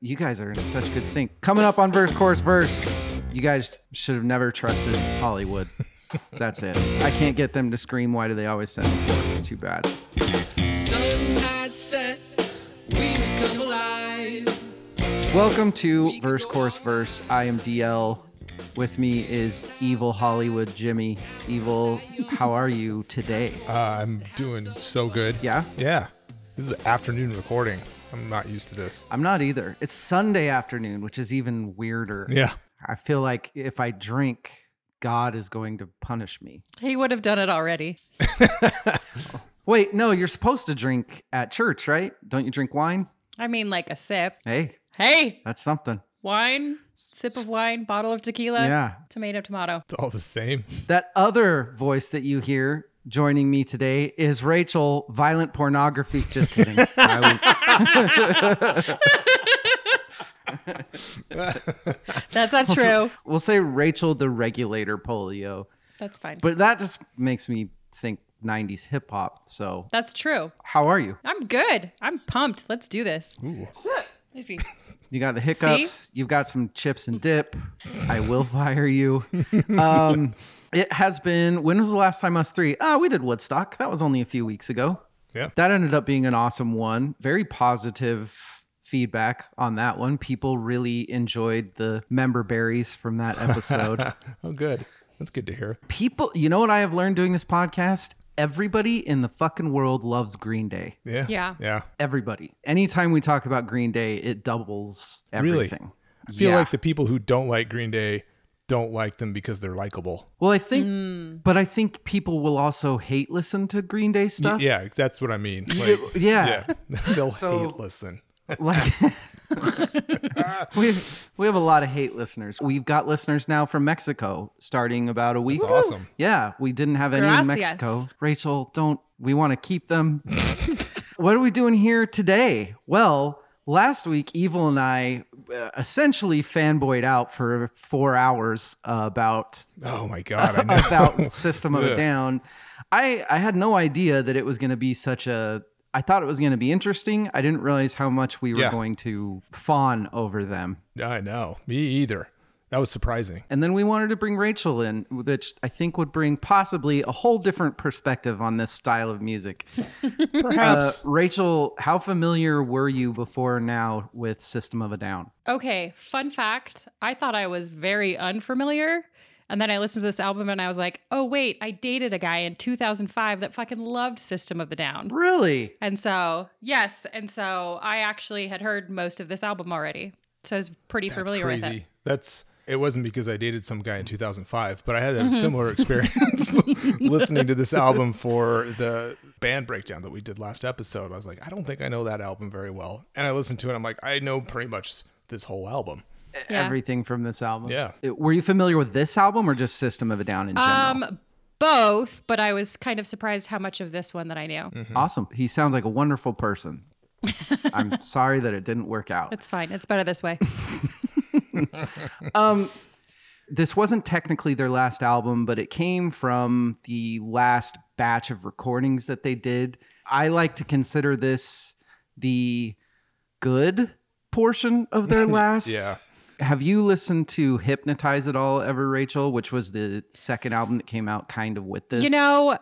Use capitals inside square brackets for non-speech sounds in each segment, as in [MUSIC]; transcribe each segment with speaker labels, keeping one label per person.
Speaker 1: You guys are in such good sync. Coming up on verse, chorus, verse. You guys should have never trusted Hollywood. That's it. I can't get them to scream. Why do they always send me porn? It's too bad.
Speaker 2: Sun has set, we will come alive.
Speaker 1: Welcome to verse, chorus, verse. I am DL. With me is Evil Hollywood Jimmy. Evil, how are you today?
Speaker 3: Uh, I'm doing so good.
Speaker 1: Yeah?
Speaker 3: Yeah. This is afternoon recording. I'm not used to this.
Speaker 1: I'm not either. It's Sunday afternoon, which is even weirder.
Speaker 3: Yeah.
Speaker 1: I feel like if I drink, God is going to punish me.
Speaker 4: He would have done it already.
Speaker 1: Wait, no, you're supposed to drink at church, right? Don't you drink wine?
Speaker 4: I mean, like a sip.
Speaker 1: Hey,
Speaker 4: Hey,
Speaker 1: that's something.
Speaker 4: wine, sip of wine, bottle of tequila,
Speaker 1: Yeah.
Speaker 4: tomato,
Speaker 1: [LAUGHS]
Speaker 4: tomato.
Speaker 3: It's all the same.
Speaker 1: That other voice that you hear joining me today is Rachel, violent pornography. Just kidding. I would-
Speaker 4: That's
Speaker 1: [LAUGHS]
Speaker 4: not true.
Speaker 1: we'll say Rachel, the regulator polio.
Speaker 4: That's fine.
Speaker 1: But that just makes me think 90s hip hop. So,
Speaker 4: That's true.
Speaker 1: how are you?
Speaker 4: I'm good. I'm pumped. Let's do this.
Speaker 3: Ooh.
Speaker 4: Excuse me.
Speaker 1: You got the hiccups. You've got some chips and dip. I will fire you. Um, it has been. When was the last time us three? Ah, we did Woodstock. That was only a few weeks ago.
Speaker 3: Yeah.
Speaker 1: That ended up being an awesome one. Very positive feedback on that one. People really enjoyed the member berries from that episode.
Speaker 3: [LAUGHS] Oh, good. That's good to hear.
Speaker 1: People, you know what I have learned doing this podcast? Everybody in the fucking world loves Green Day.
Speaker 3: Yeah.
Speaker 4: Yeah.
Speaker 3: Yeah.
Speaker 1: Everybody. Anytime we talk about Green Day, it doubles
Speaker 3: Really?
Speaker 1: everything.
Speaker 3: I feel
Speaker 1: Yeah.
Speaker 3: like the people who don't like Green Day don't like them because they're likable.
Speaker 1: Well, I think, but I think people will also hate listen to Green Day
Speaker 3: Y-
Speaker 1: stuff.
Speaker 3: Yeah. That's what I mean. Like,
Speaker 1: yeah.
Speaker 3: Uh. yeah. [LAUGHS] They'll
Speaker 1: So-
Speaker 3: hate listen.
Speaker 1: [LAUGHS] Like, we, we have a lot of hate listeners. We've got listeners now from Mexico starting about a week.
Speaker 3: That's awesome.
Speaker 1: Yeah, we didn't have any in
Speaker 4: Gracias.
Speaker 1: Mexico. Rachel, don't, we want to keep them. [LAUGHS] what are we doing here today? Well, last week, Evil and I uh, essentially fanboyed out for four hours about
Speaker 3: Oh, my God. [LAUGHS] I know.
Speaker 1: about System of a
Speaker 3: Yeah.
Speaker 1: Down. I I had no idea that it was going to be such a. I thought it was going to be interesting. I didn't realize how much we were
Speaker 3: Yeah.
Speaker 1: going to fawn over them.
Speaker 3: I know. Me either. That was surprising.
Speaker 1: And then we wanted to bring Rachel in, which I think would bring possibly a whole different perspective on this style of music. Uh,
Speaker 3: Perhaps.
Speaker 1: Rachel, how familiar were you before now with System of a Down?
Speaker 4: Okay, fun fact. I thought I was very unfamiliar. And then I listened to this album and I was like, oh, wait, I dated a guy in 2005 that fucking loved System of a Down.
Speaker 1: Really?
Speaker 4: And so, yes. And so I actually had heard most of this album already. So I was pretty familiar with it.
Speaker 3: That's it wasn't because I dated some guy in 2005, but I had a
Speaker 4: Mm-hmm. [LAUGHS]
Speaker 3: similar experience [LAUGHS] listening to this album for the band breakdown that we did last episode. I was like, I don't think I know that album very well, and I listened to it. I'm like, I know pretty much this whole album.
Speaker 4: Yeah.
Speaker 1: Everything from this album.
Speaker 3: Yeah.
Speaker 1: It- were you familiar with this album or just System of a Down in general?
Speaker 4: Um, both, but I was kind of surprised how much of this one that I knew.
Speaker 1: Awesome. He sounds like a wonderful person.
Speaker 4: [LAUGHS]
Speaker 1: I'm sorry that it didn't work out.
Speaker 4: It's fine. It's better this way.
Speaker 1: Um, this wasn't technically their last album, but it came from the last batch of recordings that they did. I like to consider this the good portion of
Speaker 4: [LAUGHS]
Speaker 1: their last.
Speaker 3: Yeah.
Speaker 1: Have you listened to Hypnotize at all ever, Rachel, which was the second album that came out kind of with this?
Speaker 4: You know,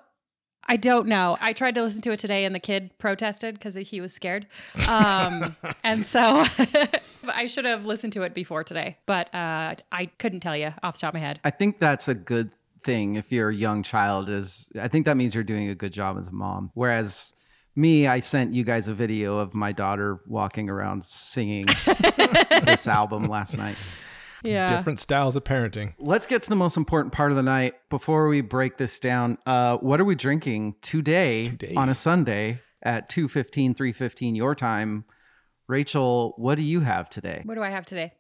Speaker 4: I don't know. I tried to listen to it today, and the kid protested because he was scared. Um, and so [LAUGHS] I should have listened to it before today, but uh, I couldn't tell you off the top of my head.
Speaker 1: I think that's a good thing if you're a young child is I think that means you're doing a good job as a mom. Whereas me, I sent you guys a video of my daughter walking around
Speaker 4: [LAUGHS]
Speaker 1: singing this album last night.
Speaker 4: Yeah.
Speaker 3: Different styles of parenting. [LAUGHS]
Speaker 1: Let's get to the most important part of the night before we break this down. Uh, what are we drinking today,
Speaker 3: Today.
Speaker 1: on a Sunday at 2.15, 3.15 your time? Rachel, what do you have today?
Speaker 4: What do I have today?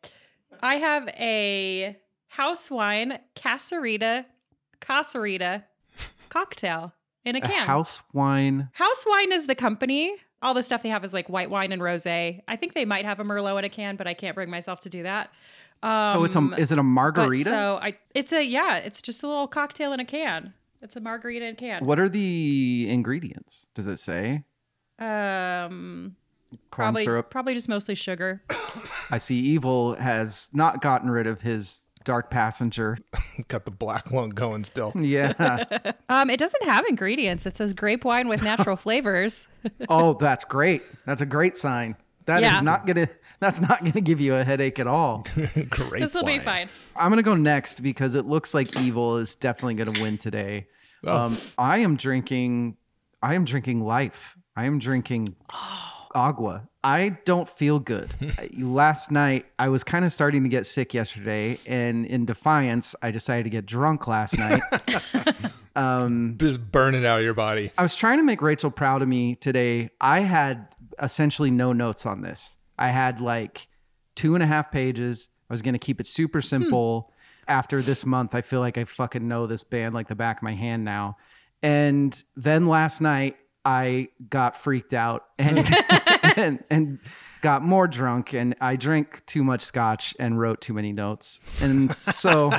Speaker 4: I have a house wine Casarita Casarita cocktail in a
Speaker 1: A
Speaker 4: can.
Speaker 1: house wine.
Speaker 4: House wine is the company. All the stuff they have is like white wine and rosé. I think they might have a merlot in a can, but I can't bring myself to do that. Um,
Speaker 1: So it's a is it a
Speaker 4: but
Speaker 1: margarita?
Speaker 4: So I, it's a yeah, it's just a little cocktail in a can. It's a margarita in a can.
Speaker 1: What are the ingredients? Does it say?
Speaker 4: Um,
Speaker 1: corn
Speaker 4: probably
Speaker 1: syrup.
Speaker 4: probably just mostly sugar.
Speaker 1: I see Evil has not gotten rid of his dark passenger. [LAUGHS]
Speaker 3: Got the black one going still.
Speaker 1: Yeah.
Speaker 4: Um, it doesn't have ingredients. It says grape wine
Speaker 1: [LAUGHS]
Speaker 4: with natural flavors.
Speaker 1: oh, that's great. That's a great sign. That is
Speaker 4: Yeah.
Speaker 1: not gonna. That's not gonna give you a headache at all.
Speaker 3: Great.
Speaker 4: [LAUGHS] This will be
Speaker 3: wine.
Speaker 4: fine.
Speaker 1: I'm gonna go next because it looks like Evil is definitely gonna win today. Um, I am drinking. I am drinking life. I am drinking agua. I don't feel good. I- Last night I was kind of starting to get sick yesterday, and in defiance, I decided to get drunk last night.
Speaker 3: Just burn it out of your body.
Speaker 1: I was trying to make Rachel proud of me today. I had essentially no notes on this. I had like two and a half pages. I was going to keep it super simple. After this month, I feel like I fucking know this band like the back of my hand now. And then last night, I got freaked out [LAUGHS] and and, and got more drunk, and I drank too much scotch and wrote too many notes. And so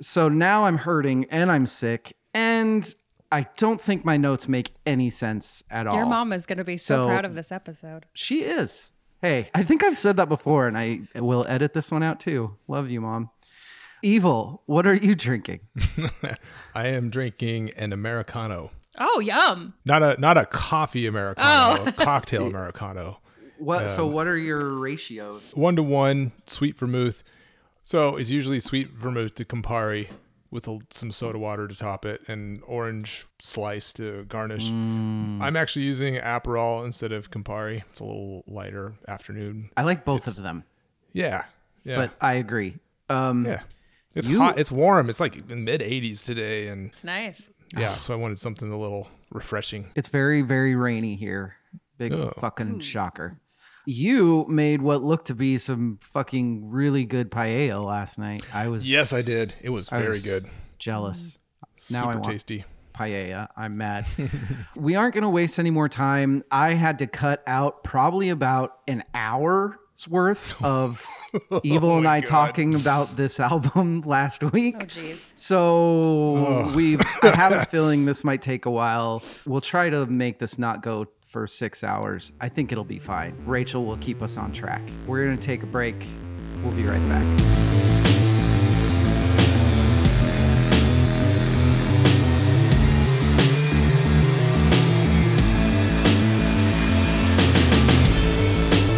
Speaker 1: so now I'm hurting and I'm sick and I don't think my notes make any sense at all.
Speaker 4: Your mom is going to be so,
Speaker 1: So-
Speaker 4: proud of this episode.
Speaker 1: She is. Hey, I think I've said that before and I will edit this one out too. Love you, mom. Evil, what are you drinking?
Speaker 3: I am drinking an Americano.
Speaker 4: Oh, yum!
Speaker 3: Not a not a coffee Americano,
Speaker 4: Oh.
Speaker 3: a cocktail
Speaker 4: [LAUGHS]
Speaker 3: Americano.
Speaker 1: What so what are your ratios?
Speaker 3: One to one, sweet vermouth. So it's usually sweet vermouth to Campari with a, some soda water to top it and orange slice to garnish.
Speaker 1: Mm.
Speaker 3: I'm actually using Aperol instead of Campari. It's a little lighter afternoon.
Speaker 1: I like both of them,
Speaker 3: Yeah. Yeah.
Speaker 1: but I agree. Um
Speaker 3: yeah. It's
Speaker 1: you-
Speaker 3: hot. It's warm. It's like in mid 80s today. And
Speaker 4: It's nice.
Speaker 3: yeah, so I wanted something a little refreshing.
Speaker 1: It's very, very rainy here. Big
Speaker 4: Hmm.
Speaker 1: fucking shocker. You made what looked to be some fucking really good paella last night. I was
Speaker 3: Yes, I did. It was very
Speaker 1: was-
Speaker 3: good.
Speaker 1: jealous. Now I
Speaker 3: Super
Speaker 1: want-
Speaker 3: tasty.
Speaker 1: paella. I'm mad. we aren't going to waste any more time. I had to cut out probably about an hour's worth of Evil and I talking about this [LAUGHS] album last week.
Speaker 4: Jeez.
Speaker 1: So we I have a feeling this might take a while. We'll try to make this not go for 6 hours. I think it'll be fine. Rachel will keep us on track. We're going to take a break. We'll be right back.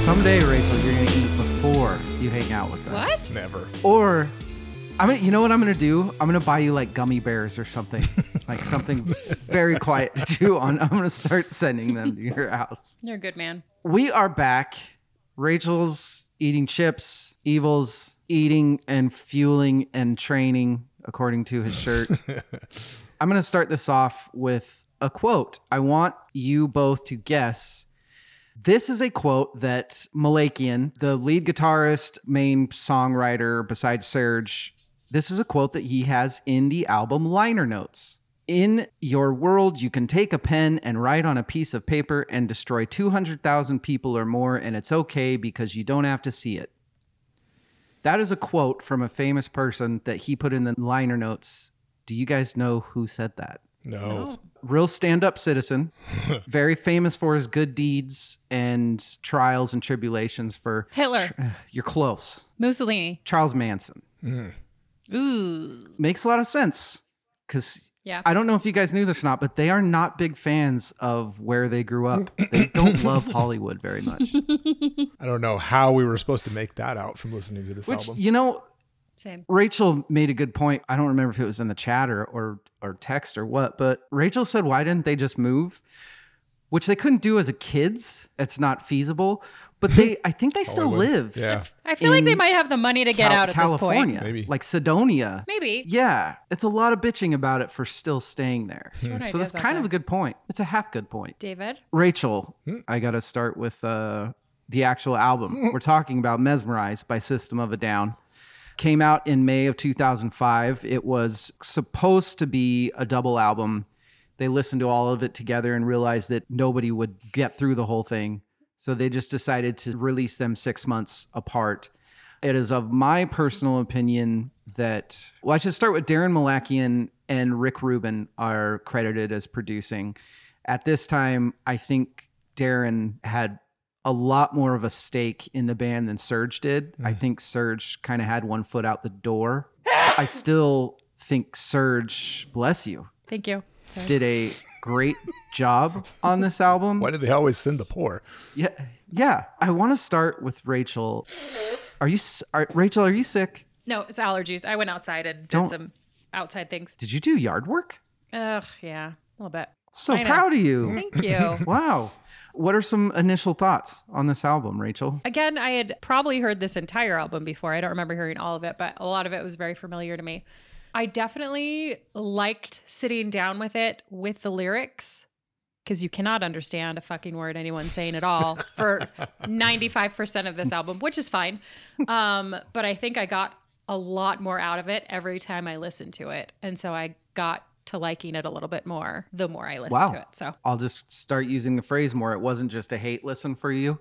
Speaker 1: Someday, Rachel, you're going to eat before you hang out with us.
Speaker 4: What?
Speaker 3: Never.
Speaker 1: Or I'm gonna, you know what I'm gonna do? I'm gonna buy you like gummy bears or something, like something very quiet to chew on. I'm gonna start sending them to your house.
Speaker 4: You're a good man.
Speaker 1: We are back. Rachel's eating chips. Evil's eating and fueling and training, according to his shirt. I'm gonna start this off with a quote. I want you both to guess this is a quote that Malakian, the lead guitarist, main songwriter besides Serge, this is a quote that he has in the album liner notes. In your world, you can take a pen and write on a piece of paper and destroy 200,000 people or more, and it's okay because you don't have to see it. That is a quote from a famous person that he put in the liner notes. Do you guys know who said that? Oh.
Speaker 4: Oh.
Speaker 3: No.
Speaker 1: real stand-up citizen very famous for his good deeds and trials and tribulations for
Speaker 4: Hitler,
Speaker 1: [SIGHS] you're close
Speaker 4: Mussolini.
Speaker 1: charles manson
Speaker 4: Ooh.
Speaker 1: makes a lot of sense because
Speaker 4: Yeah.
Speaker 1: i don't know if you guys knew this or not but they are not big fans of where they grew up they don't love hollywood very much
Speaker 3: I don't know how we were supposed to make that out from listening to this
Speaker 1: which
Speaker 3: album.
Speaker 1: you know
Speaker 4: Same.
Speaker 1: Rachel made a good point. I don't remember if it was in the chat or or, or text or what, but Rachel said, "Why didn't they just move?" Which they couldn't do as a kids. It's not feasible. But they, I think they still
Speaker 3: Hollywood.
Speaker 1: live.
Speaker 3: Yeah.
Speaker 4: I feel like
Speaker 1: in
Speaker 4: they might have the money to get
Speaker 1: Cal-
Speaker 4: out at
Speaker 1: California,
Speaker 4: this point.
Speaker 3: Maybe.
Speaker 1: like Sedonia.
Speaker 4: Maybe.
Speaker 1: Yeah, it's a lot of bitching about it for still staying there.
Speaker 4: what I
Speaker 1: So that's
Speaker 4: did that
Speaker 1: kind of
Speaker 4: day.
Speaker 1: a good point. It's a half good point.
Speaker 4: David.
Speaker 1: Rachel, I got to start with uh, the actual album. We're talking about Mesmerized by System of a Down. Came out in May of 2005. It was supposed to be a double album. They listened to all of it together and realized that nobody would get through the whole thing. So they just decided to release them six months apart. It is of my personal opinion that, well, I should start with Darren Malakian and Rick Rubin are credited as producing. At this time, I think Darren had a lot more of a stake in the band than Surge did. I think Surge kind of had one foot out the door. I still think Surge, bless you,
Speaker 4: Thank you. Sorry.
Speaker 1: did a great job on this album.
Speaker 3: Why do they always send the poor?
Speaker 1: Yeah, yeah. I want to start with Rachel. Are you s- are, Rachel? Are you sick?
Speaker 4: no, it's allergies. I went outside and did
Speaker 1: Don't-
Speaker 4: some outside things.
Speaker 1: Did you do yard work?
Speaker 4: Ugh, yeah, a
Speaker 1: [COUGHS]
Speaker 4: little bit.
Speaker 1: So
Speaker 4: I know.
Speaker 1: proud of you.
Speaker 4: Thank you.
Speaker 1: Wow. What are some initial thoughts on this album, Rachel?
Speaker 4: Again, I had probably heard this entire album before. I don't remember hearing all of it, but a lot of it was very familiar to me. I definitely liked sitting down with it with the lyrics because you cannot understand a fucking word anyone's saying at all for 95% of this album, which is fine. Um, but I think I got a lot more out of it every time I listened to it. And so I got to liking it a little bit more the more I listened
Speaker 1: Wow.
Speaker 4: to it. So,
Speaker 1: I'll just start using the phrase more. It wasn't just a hate listen for you.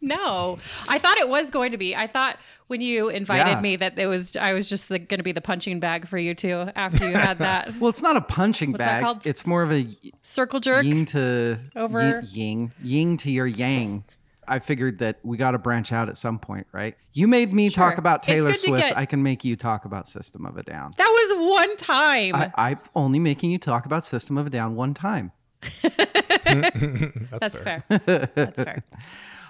Speaker 4: No, I thought it was going to be. I thought when you invited
Speaker 1: Yeah.
Speaker 4: me that it was. I was just the, going to be the punching bag for you too. After you
Speaker 1: [LAUGHS]
Speaker 4: had that
Speaker 1: Well, it's not a punching
Speaker 4: What's that
Speaker 1: bag.
Speaker 4: called?
Speaker 1: It's more of a y-
Speaker 4: circle jerk.
Speaker 1: yin to
Speaker 4: Over-
Speaker 1: yin, yin, yin to your yang. I figured that we got to branch out at some point, right? You made me
Speaker 4: Sure.
Speaker 1: talk about
Speaker 4: It's
Speaker 1: Taylor
Speaker 4: good to
Speaker 1: Swift.
Speaker 4: get-
Speaker 1: I can make you talk about System of a Down.
Speaker 4: That was one time.
Speaker 1: I, I'm only making you talk about System of a Down one time.
Speaker 3: That's,
Speaker 4: That's
Speaker 3: fair.
Speaker 4: fair.
Speaker 1: [LAUGHS]
Speaker 4: That's fair.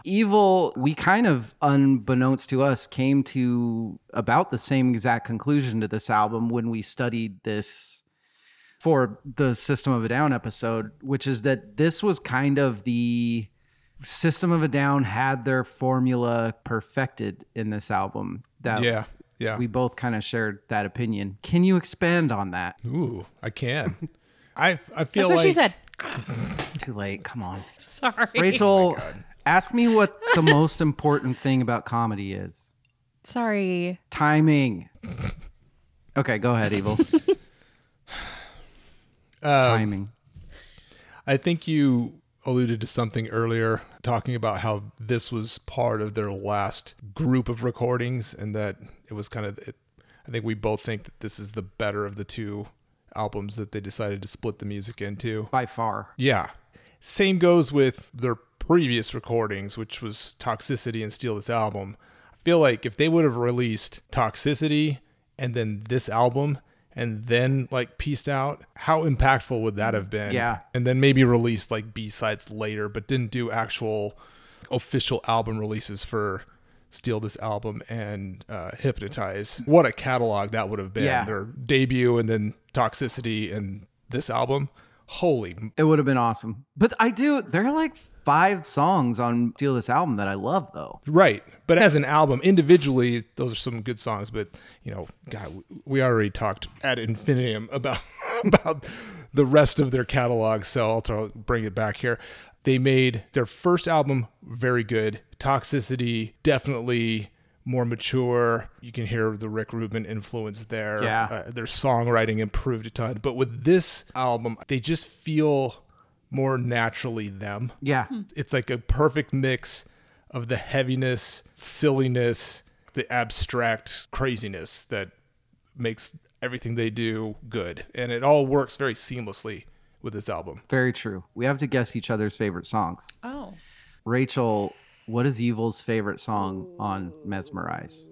Speaker 1: Evil, we kind of, unbeknownst to us, came to about the same exact conclusion to this album when we studied this for the System of a Down episode, which is that this was kind of the System of a Down had their formula perfected in this album. That
Speaker 3: Yeah. Yeah.
Speaker 1: we both kind of shared that opinion. Can you expand on that?
Speaker 3: Ooh, I can. I I feel
Speaker 4: That's what
Speaker 3: like
Speaker 4: she said.
Speaker 1: Too late. Come on. Oh
Speaker 4: Sorry,
Speaker 1: Rachel, ask me what the most important thing about comedy is.
Speaker 4: Sorry.
Speaker 1: Timing. Okay, go ahead, Evil. It's timing.
Speaker 3: I think you alluded to something earlier talking about how this was part of their last group of recordings and that it was kind of it, I think we both think that this is the better of the two albums that they decided to split the music into.
Speaker 1: By far.
Speaker 3: Yeah. Same goes with their previous recordings, which was Toxicity and Steal This Album. I feel like if they would have released Toxicity and then this album and then like pieced out, how impactful would that have been?
Speaker 1: Yeah.
Speaker 3: And then maybe released like B sides later, but didn't do actual official album releases for Steal This Album and uh, Hypnotize. What a catalog that would have been.
Speaker 1: Yeah.
Speaker 3: Their debut and then Toxicity and this album. Holy
Speaker 1: It would have been awesome. But I do, there are like five songs on Deal This Album that I love, though.
Speaker 3: Right. But as an album, individually, those are some good songs. But, you know, God, we- we already talked ad infinitum about, [LAUGHS] about the rest of their catalog. So I'll try to bring it back here. They made their first album very good. Toxicity, definitely more mature. You can hear the Rick Rubin influence there.
Speaker 1: Yeah.
Speaker 3: Uh, their songwriting improved a ton. But with this album, they just feel more naturally them
Speaker 1: Yeah.
Speaker 3: it's like a perfect mix of the heaviness, silliness, the abstract craziness that makes everything they do good. And it all works very seamlessly with this album.
Speaker 1: Very true. We have to guess each other's favorite songs.
Speaker 4: Oh,
Speaker 1: Rachel, what is Evil's favorite song on Mesmerize?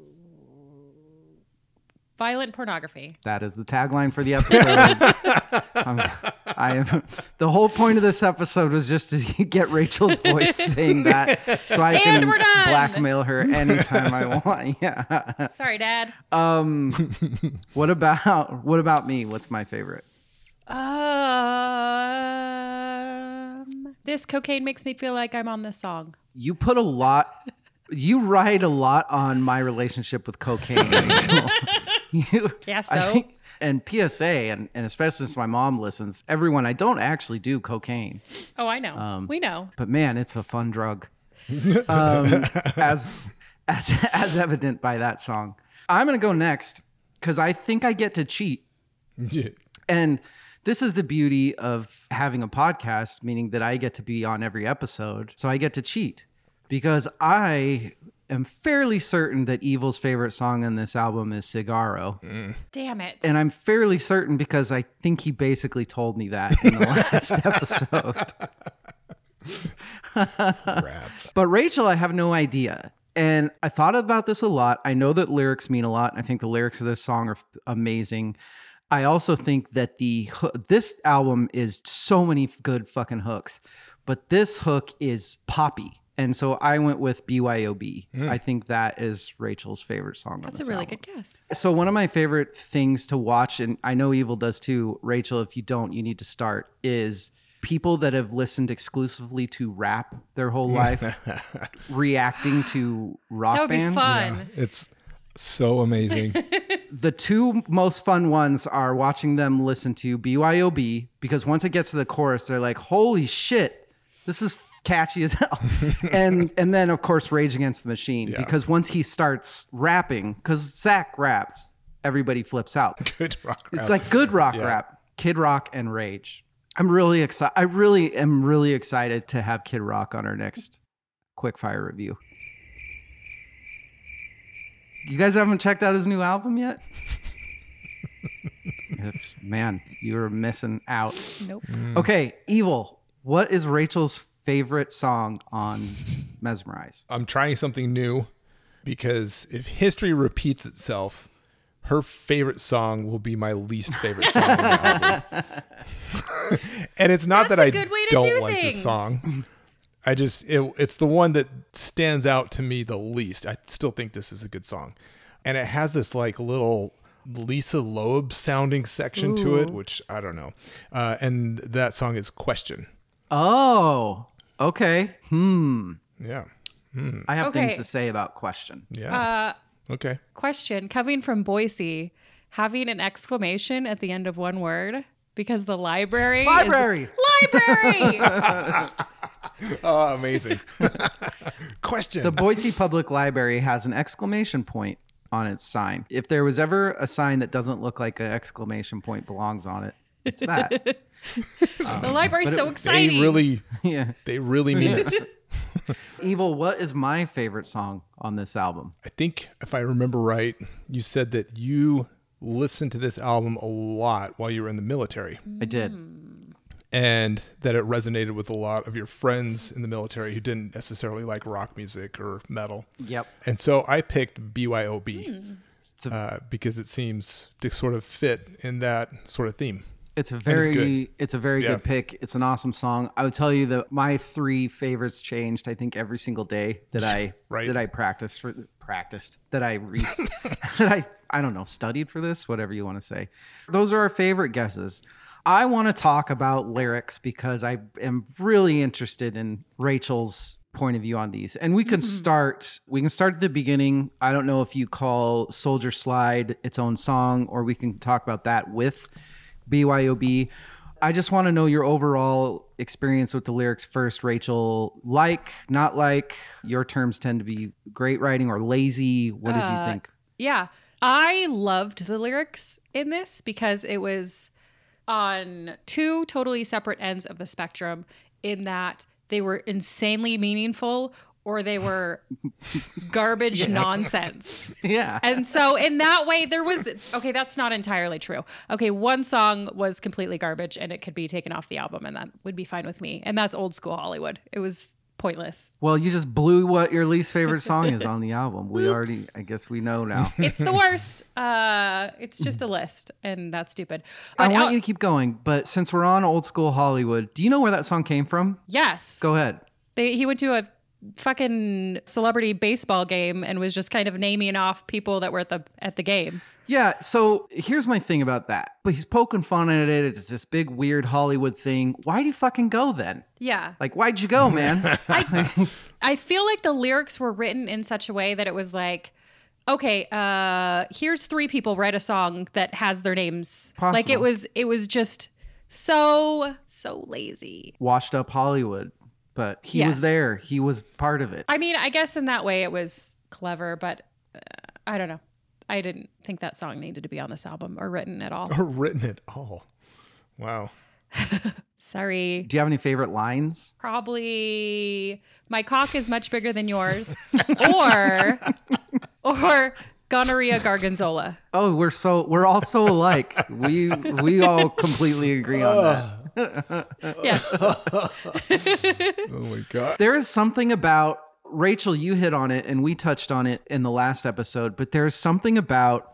Speaker 4: violent pornography.
Speaker 1: That is the tagline for the episode. I'm- I am. The whole point of this episode was just to [LAUGHS] get Rachel's voice saying that, so I can
Speaker 4: we're done.
Speaker 1: blackmail her anytime I want. [LAUGHS] Yeah.
Speaker 4: Sorry, Dad.
Speaker 1: Um, what about what about me? What's my favorite?
Speaker 4: Um, this cocaine makes me feel like I'm on this song.
Speaker 1: You put a lot. You write a lot on my relationship with
Speaker 4: [LAUGHS]
Speaker 1: cocaine. Rachel. you,
Speaker 4: Yeah,
Speaker 1: I
Speaker 4: so?
Speaker 1: and PSA, and, and especially since my mom listens, everyone, I don't actually do cocaine.
Speaker 4: Oh, I know.
Speaker 1: Um,
Speaker 4: we know.
Speaker 1: but man, it's a fun drug, um, as as as evident by that song. I'm gonna go next because I think I get to cheat,
Speaker 3: Yeah.
Speaker 1: and this is the beauty of having a podcast, meaning that I get to be on every episode, so I get to cheat because I am fairly certain that Evil's favorite song on this album is Cigaro,
Speaker 4: Damn it.
Speaker 1: and I'm fairly certain because I think he basically told me that in the last episode.
Speaker 3: Rats.
Speaker 1: But Rachel, I have no idea. And I thought about this a lot. I know that lyrics mean a lot. I think the lyrics of this song are f- amazing. I also think that the hoo- this album is so many good fucking hooks, but this hook is poppy. And so I went with BYOB. I think that is Rachel's favorite song.
Speaker 4: Hmm. That's a
Speaker 1: on this
Speaker 4: really
Speaker 1: album.
Speaker 4: good guess.
Speaker 1: So one of my favorite things to watch, and I know Evil does too, Rachel. If you don't, you need to start. Is people that have listened exclusively to rap their whole life reacting to rock
Speaker 4: That would be
Speaker 1: bands.
Speaker 4: fun.
Speaker 3: It's so amazing.
Speaker 1: The two most fun ones are watching them listen to BYOB because once it gets to the chorus, they're like, "Holy shit, this is catchy as hell," and and then of course Rage Against the Machine because once he starts rapping, because Zach raps, everybody flips out.
Speaker 3: Good rock rap.
Speaker 1: It's like good rock
Speaker 3: Oh. Yeah.
Speaker 1: rap, Kid Rock and Rage. I'm really excited. I really am really excited to have Kid Rock on our next quick fire review. You guys haven't checked out his new album yet? It's- Man, you're missing out.
Speaker 4: Nope.
Speaker 1: Okay, Evil. What is Rachel's favorite song on Mesmerize?
Speaker 3: I'm trying something new because if history repeats itself, her favorite song will be my least favorite song. on the album.
Speaker 4: [LAUGHS]
Speaker 3: [LAUGHS] and it's not that
Speaker 4: That's a
Speaker 3: I
Speaker 4: good way to
Speaker 3: don't
Speaker 4: do
Speaker 3: like the
Speaker 4: things.
Speaker 3: song. I just it, it's the one that stands out to me the least. I still think this is a good song. And it has this like little Lisa Loeb sounding section to it, which I don't know. Uh, and that song is Question.
Speaker 1: Oh, okay. Hmm.
Speaker 3: Yeah.
Speaker 1: I have
Speaker 4: Okay.
Speaker 1: things to say about question.
Speaker 3: Yeah.
Speaker 4: Uh,
Speaker 3: okay.
Speaker 4: Question coming from Boise, having an exclamation at the end of one word because the library. is-
Speaker 1: Library.
Speaker 4: [LAUGHS]
Speaker 3: [LAUGHS]
Speaker 4: library.
Speaker 1: [LAUGHS]
Speaker 3: Oh, amazing. Question.
Speaker 1: The Boise Public Library has an exclamation point on its sign. If there was ever a sign that doesn't look like an exclamation point belongs on it, it's [LAUGHS] that.
Speaker 4: the library's so
Speaker 3: they
Speaker 4: exciting.
Speaker 3: really
Speaker 1: yeah.
Speaker 3: they really
Speaker 1: [LAUGHS]
Speaker 3: mean it
Speaker 1: Evil, what is my favorite song on this album?
Speaker 3: i think if i remember right you said that you listened to this album a lot while you were in the military
Speaker 1: I did.
Speaker 3: and that it resonated with a lot of your friends in the military who didn't necessarily like rock music or metal
Speaker 1: Yep.
Speaker 3: and so i picked byob
Speaker 4: Hmm.
Speaker 1: It's a-
Speaker 3: uh, because it seems to sort of fit in that sort of theme [LAUGHS]
Speaker 1: It's a
Speaker 3: it's
Speaker 1: very it's, a very
Speaker 3: Yeah.
Speaker 1: good pick. It's an awesome song. I would tell you that my three favorites changed I think every single day [LAUGHS] that I
Speaker 3: Right.
Speaker 1: that I practiced for practiced that I re- [LAUGHS] that I I don't know studied for this whatever you want to say. Those are our favorite guesses. I want to talk about lyrics because I am really interested in Rachel's point of view on these. And we can start we can start at the beginning. I don't know if you call Soldier Slide its own song or we can talk about that with BYOB. I just want to know your overall experience with the lyrics first, Rachel. Like, not like, your terms tend to be great writing or lazy. What did you
Speaker 4: Uh, [LAUGHS]
Speaker 1: think?
Speaker 4: Yeah. I loved the lyrics in this because it was on two totally separate ends of the spectrum in that they were insanely meaningful or
Speaker 3: [LAUGHS]
Speaker 4: they were garbage nonsense.
Speaker 1: Yeah.
Speaker 4: And so in that way there was okay, that's not entirely true. Okay, one song was completely garbage and it could be taken off the album and that would be fine with me. And that's old school Hollywood. It was pointless.
Speaker 1: Well, you just blew what your least favorite song is
Speaker 4: [LAUGHS]
Speaker 1: on the album. We already, I guess we know now. [LAUGHS]
Speaker 4: It's the worst. Uh it's just a list and that's stupid.
Speaker 1: I
Speaker 4: [LAUGHS] But
Speaker 1: want
Speaker 4: out-
Speaker 1: you to keep going, but since we're on old school Hollywood, do you know where that song came from?
Speaker 4: Yes.
Speaker 1: Go ahead.
Speaker 4: They, he went to a fucking celebrity baseball game and was just kind of naming off people that were at the at the game.
Speaker 1: Yeah, so here's my thing about that. But he's poking fun at it. It's this big, weird Hollywood thing. Why'd you fucking go then?
Speaker 4: Yeah.
Speaker 1: Like, why'd you
Speaker 4: [LAUGHS]
Speaker 1: go, man?
Speaker 4: I feel like the lyrics were written in such a way that it was like okay, uh here's three people write a song that has their names. Like it
Speaker 1: Possible.
Speaker 4: was it was just so so lazy.
Speaker 1: washed up Hollywood, but he
Speaker 4: Yes.
Speaker 1: was there. He was part of it.
Speaker 4: I mean, I guess in that way it was clever, but uh, I don't know. I didn't think that song needed to be on this album or written at all.
Speaker 3: or written it all wow
Speaker 4: Sorry.
Speaker 1: [LAUGHS] Do you have any favorite lines?
Speaker 4: probably my cock is much bigger than yours or or gonorrhea gorgonzola
Speaker 1: Oh, we're so we're all so alike. we we all completely agree on that.
Speaker 4: Yeah.
Speaker 3: Oh my god.
Speaker 1: There is something about Rachel, you hit on it and we touched on it in the last episode, but there's something about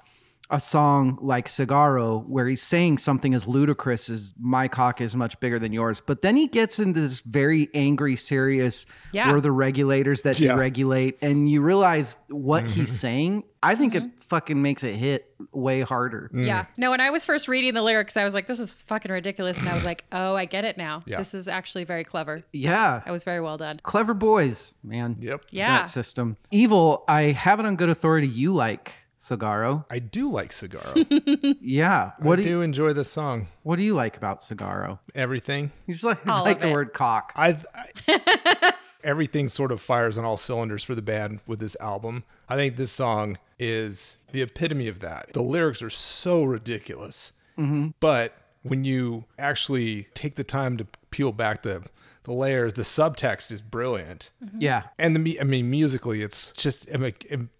Speaker 1: a song like Cigaro where he's saying something as ludicrous as my cock is much bigger than yours. But then he gets into this very angry, serious,
Speaker 4: Yeah.
Speaker 1: we're the regulators that
Speaker 3: Yeah. Mm-hmm.
Speaker 1: deregulate, and you realize what he's saying. I think
Speaker 4: Mm-hmm.
Speaker 1: it fucking makes it hit way harder.
Speaker 3: Mm-hmm.
Speaker 4: Yeah. No, when I was first reading the lyrics, I was like, this is fucking ridiculous. And I was like, oh, I get it now.
Speaker 3: Yeah.
Speaker 4: This is actually very clever.
Speaker 1: Yeah.
Speaker 4: That was very well done.
Speaker 1: Clever boys, man.
Speaker 3: Yep.
Speaker 4: Yeah.
Speaker 1: That system. Evil, I have it on good authority. You like Cigaro.
Speaker 3: I do like Cigaro.
Speaker 1: Yeah. [LAUGHS]
Speaker 3: I
Speaker 1: What
Speaker 3: do,
Speaker 1: do you,
Speaker 3: enjoy this song.
Speaker 1: What do you like about Cigaro?
Speaker 3: Everything.
Speaker 1: You just like,
Speaker 4: All
Speaker 1: like
Speaker 4: of
Speaker 1: the
Speaker 4: it.
Speaker 1: word cock.
Speaker 3: I've, I
Speaker 1: [LAUGHS]
Speaker 3: everything sort of fires on all cylinders for the band with this album. I think this song is the epitome of that. The lyrics are so ridiculous,
Speaker 1: Mm-hmm.
Speaker 3: but when you actually take the time to peel back the the layers, the subtext is brilliant.
Speaker 4: Mm-hmm.
Speaker 1: Yeah.
Speaker 3: And the mu- I mean, musically, it's just I'm like, I'm-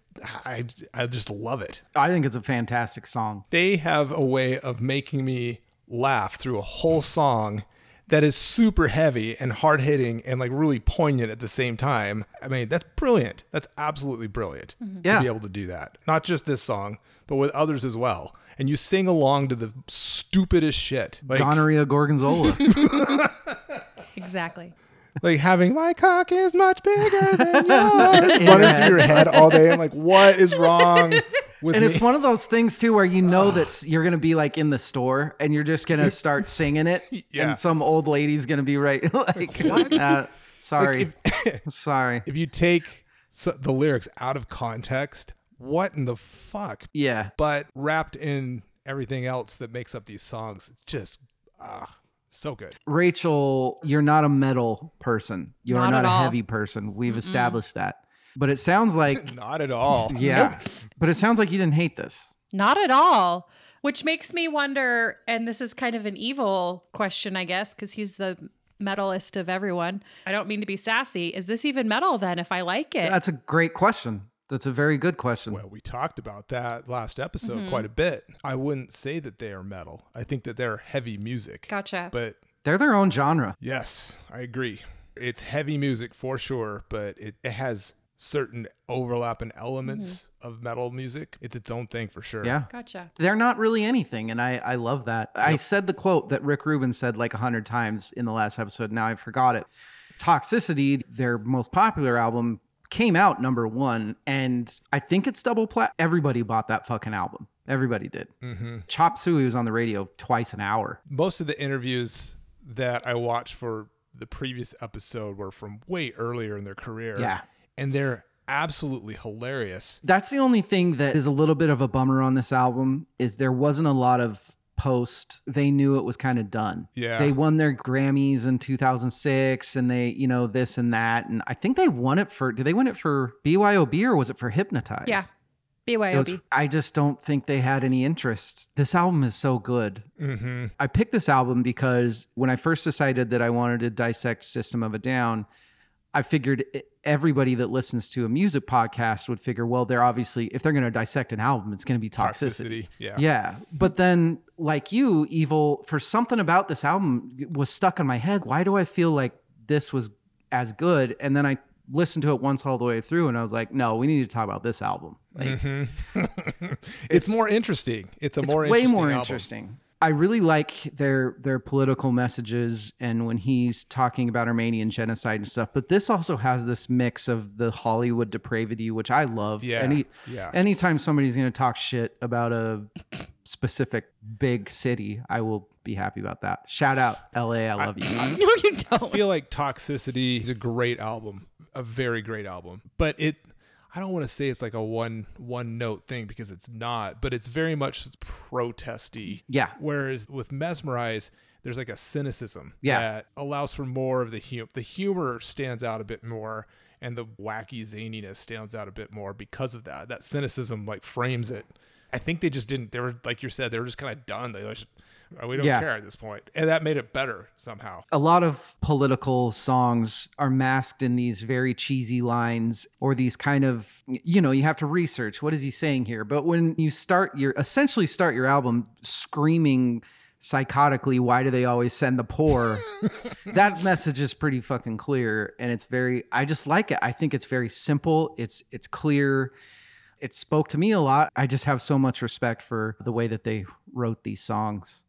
Speaker 3: I I just love it.
Speaker 1: I think it's a fantastic song.
Speaker 3: They have a way of making me laugh through a whole song that is super heavy and hard hitting and like really poignant at the same time. I mean, that's brilliant. That's absolutely brilliant
Speaker 1: Yeah.
Speaker 3: to be able to do that. Not just this song, but with others as well. And you sing along to the stupidest shit. Like
Speaker 1: Gonorrhea [LAUGHS] Gorgonzola.
Speaker 4: Exactly.
Speaker 3: like having my cock is much bigger
Speaker 1: [LAUGHS]
Speaker 3: than yours running through your head all day. I'm like, what
Speaker 1: [LAUGHS]
Speaker 3: is wrong with
Speaker 1: and
Speaker 3: me?
Speaker 1: it's one of those things too where you know [SIGHS] that s- you're gonna be like in the store and you're just [LAUGHS] gonna start singing it.
Speaker 3: Yeah.
Speaker 1: And some old lady's gonna be right [LAUGHS] like uh, sorry. [LAUGHS] sorry.
Speaker 3: if you take s- the lyrics out of context, what in the fuck?
Speaker 1: Yeah.
Speaker 3: But wrapped in everything else that makes up these songs, it's just ah, so good.
Speaker 1: Rachel, you're not a metal person. You're
Speaker 4: Not
Speaker 1: not,
Speaker 4: at
Speaker 1: a
Speaker 4: all.
Speaker 1: heavy person. We've established that. But it sounds [LAUGHS] like
Speaker 3: Not at all.
Speaker 1: yeah. But it sounds like you didn't hate this.
Speaker 4: Not at all. Which makes me wonder, and this is kind of an evil question, I guess, because he's the metalist of everyone. I don't mean to be sassy. Is this even metal then if I like it?
Speaker 1: That's a great question. That's a very good question.
Speaker 3: Eh, Well, we talked about that last episode quite a bit. I wouldn't say that they are metal. I think that they're heavy music.
Speaker 4: gotcha.
Speaker 3: But
Speaker 1: They're their own genre.
Speaker 3: yes, I agree. It's heavy music for sure, but it, it has certain overlapping elements of metal music. It's its own thing for sure.
Speaker 1: Yeah.
Speaker 4: gotcha.
Speaker 1: They're not really anything. And I, I love that. I said the quote that Rick Rubin said like a hundred times in the last episode. Now I forgot it. Toxicity, their most popular album, came out number one. And I think it's double plat. Everybody bought that fucking album. Everybody did.
Speaker 3: Mm-hmm.
Speaker 1: Chop Suey was on the radio twice an hour.
Speaker 3: most of the interviews that I watched for the previous episode were from way earlier in their career.
Speaker 1: Yeah.
Speaker 3: And they're absolutely hilarious.
Speaker 1: That's the only thing that is a little bit of a bummer on this album is there wasn't a lot of post. They knew it was kind of done.
Speaker 3: Yeah.
Speaker 1: They won their Grammys in 2006 and they, you know, this and that and I think they won it for did they win it for BYOB or was it for Hypnotize?
Speaker 4: Yeah.
Speaker 1: It was-
Speaker 4: BYOB.
Speaker 1: I just don't think they had any interest. This album is so good.
Speaker 3: Mm-hmm.
Speaker 1: I picked this album because when I first decided that I wanted to dissect System of a Down, I figured i- everybody that listens to a music podcast would figure, well, they're obviously, if they're going to dissect an album, it's going to be toxicity.
Speaker 3: Toxicity. Yeah.
Speaker 1: Yeah. But then, like you, Evil, for something about this album was stuck in my head. Why do I feel like this was as good? And then I listened to it once all the way through and I was like, no, we need to talk about this album. Like,
Speaker 3: Mm-hmm. [LAUGHS] It's, more interesting. It's a
Speaker 1: it's
Speaker 3: more
Speaker 1: way
Speaker 3: interesting
Speaker 1: more
Speaker 3: album.
Speaker 1: interesting. I really like their their political messages and when he's talking about Armenian genocide and stuff. But this also has this mix of the Hollywood depravity, which I love.
Speaker 3: Yeah,
Speaker 1: Any
Speaker 3: yeah.
Speaker 1: anytime somebody's gonna talk shit about a specific big city, I will be happy about that. Shout out LA, I love you.
Speaker 4: [LAUGHS] No, you don't.
Speaker 3: I feel like Toxicity is a great album, a very great album. But it I don't want to say it's like a one one note thing because it's not, but it's very much protesty.
Speaker 1: Yeah.
Speaker 3: Whereas with Mesmerize, there's like a cynicism
Speaker 1: Yeah.
Speaker 3: that allows for more of the humor. The humor stands out a bit more and the wacky zaniness stands out a bit more because of that. That cynicism like frames it. I think they just didn't they were like you said, they were just kind of done. They were just, we don't
Speaker 1: Yeah.
Speaker 3: care at this point. And that made it better somehow.
Speaker 1: a lot of political songs are masked in these very cheesy lines or these kind of you know you have to research what is he saying here but when you start your essentially start your album screaming psychotically, why do they always send the poor? that message is pretty fucking clear and it's very I just like it. I think it's very simple. It's it's clear. It spoke to me a lot. I just have so much respect for the way that they wrote these songs.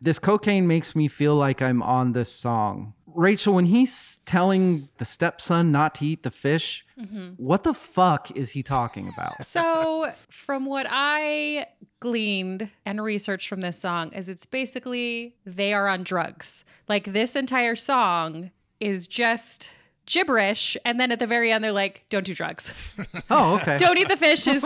Speaker 1: This cocaine makes me feel like I'm on this song. Rachel, when he's telling the stepson not to eat the fish,
Speaker 4: Mm-hmm.
Speaker 1: what the fuck is he talking
Speaker 4: [LAUGHS]
Speaker 1: about?
Speaker 4: So, from what I gleaned and researched from this song, is it's basically they are on drugs. Like this entire song is just gibberish, and then at the very end, they're like, "Don't
Speaker 1: [LAUGHS]
Speaker 4: do drugs.
Speaker 1: Oh, okay.
Speaker 4: Don't eat the fish. Is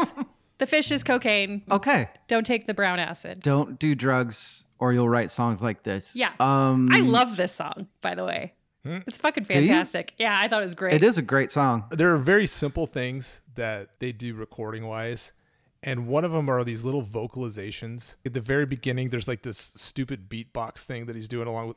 Speaker 4: the fish is cocaine?
Speaker 1: okay.
Speaker 4: Don't take the brown acid."
Speaker 1: Don't do drugs or you'll write songs like this.
Speaker 4: Yeah.
Speaker 1: Um
Speaker 4: I love this song, by the way. It's fucking
Speaker 1: Hmm. you?
Speaker 4: fantastic. Yeah, I thought it was great.
Speaker 1: it is a great song.
Speaker 3: there are very simple things that they do recording wise and one of them are these little vocalizations at the very beginning there's like this stupid beatbox thing that he's doing along with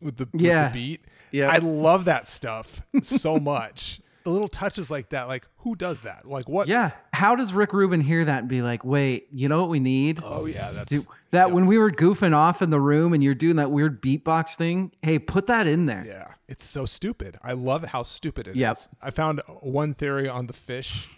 Speaker 3: with the,
Speaker 1: Yeah.
Speaker 3: with the beat
Speaker 1: Yeah.
Speaker 3: i love that stuff so [LAUGHS] much the little touches like that like who does that like what
Speaker 1: Yeah. How does Rick Rubin hear that and be like, wait, you know what we need?
Speaker 3: oh yeah that's
Speaker 1: that when we were goofing off in the room and you're doing that weird beatbox thing, hey, put that in there.
Speaker 3: yeah it's so stupid i love how stupid it is.
Speaker 1: Yep.
Speaker 3: i found one theory on the fish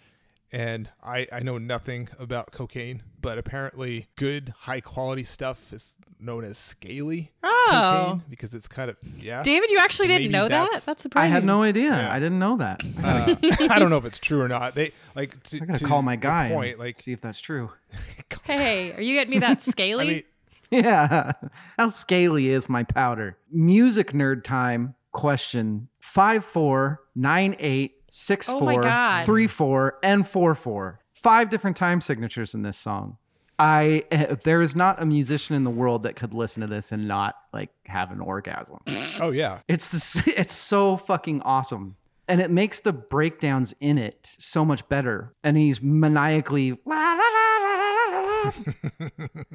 Speaker 3: and I, I know nothing about cocaine, but apparently good high quality stuff is known as scaly.
Speaker 4: Oh.
Speaker 3: cocaine because it's kind of yeah.
Speaker 4: David, you actually
Speaker 3: So
Speaker 4: didn't
Speaker 3: maybe
Speaker 4: know
Speaker 3: that's-
Speaker 4: that?
Speaker 1: I
Speaker 4: That's surprising.
Speaker 1: had no idea. I didn't know that. I
Speaker 3: Uh, [LAUGHS] I don't know if it's true or not. They like to,
Speaker 1: gotta
Speaker 3: to
Speaker 1: call my
Speaker 3: your
Speaker 1: guy and
Speaker 3: Point like [LAUGHS]
Speaker 1: see if that's true.
Speaker 4: Hey, are you
Speaker 1: [LAUGHS]
Speaker 4: getting me that scaly?
Speaker 3: I mean,
Speaker 1: Yeah. How scaly is my powder? Music nerd time question five four nine eight six
Speaker 4: Oh my
Speaker 1: four
Speaker 4: God.
Speaker 1: three four and four four. Five different time signatures in this song. I [LAUGHS] eh, there is not a musician in the world that could listen to this and not like have an orgasm.
Speaker 3: oh yeah,
Speaker 1: It's the, s- [LAUGHS] it's so fucking awesome. And it makes the breakdowns in it so much better. And he's maniacally. [LAUGHS]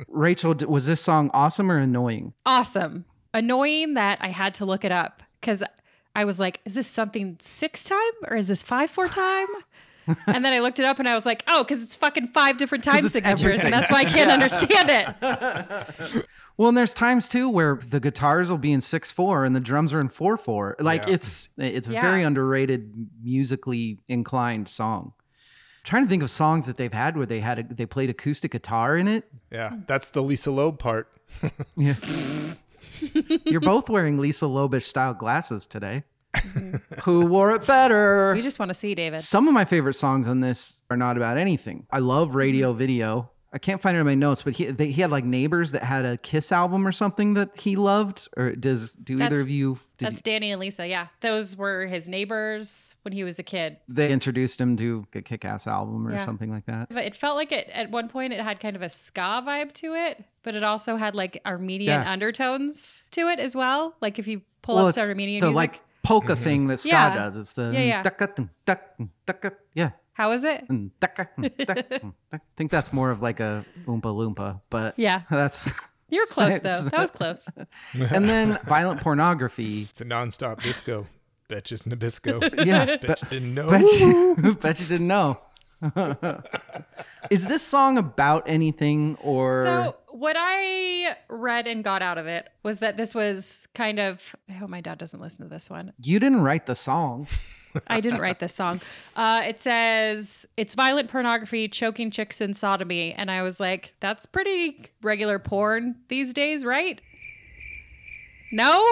Speaker 1: Rachel, d- was this song awesome or annoying?
Speaker 4: awesome. Annoying that I had to look it up because I was like, is this something six time or is this five four time? and then I looked it up and I was like, oh, because it's fucking five different time
Speaker 1: it's
Speaker 4: signatures,
Speaker 1: everything.
Speaker 4: and that's why I
Speaker 1: [LAUGHS]
Speaker 4: can't understand it.
Speaker 1: Well, and there's times too where the guitars will be in six four and the drums are in four four. Like
Speaker 3: Yeah.
Speaker 1: it's it's a
Speaker 4: Yeah.
Speaker 1: very underrated musically inclined song. trying to think of songs that they've had where they had a, they played acoustic guitar in it.
Speaker 3: yeah. That's the Lisa Loeb part.
Speaker 1: Yeah.
Speaker 4: [LAUGHS]
Speaker 1: You're both wearing Lisa Lobish style glasses today. [LAUGHS] Who wore it better?
Speaker 4: We Mm-hmm. just want to see David.
Speaker 1: Some of my favorite songs on this are not about anything. I
Speaker 4: Mm-hmm.
Speaker 1: love radio video. I can't find it in my notes, but he they, he had like neighbors that had a Kiss album or something that he loved. Or does do either
Speaker 4: That's-
Speaker 1: of you? Did
Speaker 4: That's Danny and Lisa. Yeah, those were his neighbors when he was a kid.
Speaker 1: you- they introduced him to a Kick-Ass album or
Speaker 4: Yeah.
Speaker 1: something like that?
Speaker 4: But it felt like it at one point it had kind of a ska vibe to it, but it also had like Armenian
Speaker 1: Yeah.
Speaker 4: undertones to it as well. Like if you pull
Speaker 1: well,
Speaker 4: up
Speaker 1: it's
Speaker 4: to Armenian
Speaker 1: the
Speaker 4: music,
Speaker 1: like polka thing that ska
Speaker 4: Yeah.
Speaker 1: does. It's the
Speaker 4: Yeah, yeah.
Speaker 1: duck-a-dun, duck-a-dun, duck-a- yeah.
Speaker 4: how
Speaker 1: [LAUGHS]
Speaker 4: is it?
Speaker 1: Mm, duck, mm, duck, mm, duck. I think that's more of like a Oompa Loompa, but
Speaker 4: Yeah.
Speaker 1: [LAUGHS] that's.
Speaker 4: You're close though.
Speaker 1: Six.
Speaker 4: That was close.
Speaker 1: And then violent pornography.
Speaker 4: [LAUGHS]
Speaker 3: It's a nonstop disco. Betches
Speaker 1: [LAUGHS]
Speaker 3: Nabisco.
Speaker 1: Yeah,
Speaker 3: Betch didn't
Speaker 1: [LAUGHS]
Speaker 3: know.
Speaker 1: bet, you, bet you didn't know. Is this song about anything or?
Speaker 4: So what I read and got out of it was that this was kind of. I hope my dad doesn't listen to this one.
Speaker 1: you didn't write the song.
Speaker 4: I didn't write this
Speaker 1: [LAUGHS]
Speaker 4: song. Uh, it says it's violent pornography, choking chicks, and sodomy. And I was like, that's pretty regular porn these days, right?
Speaker 1: [LAUGHS]
Speaker 4: No.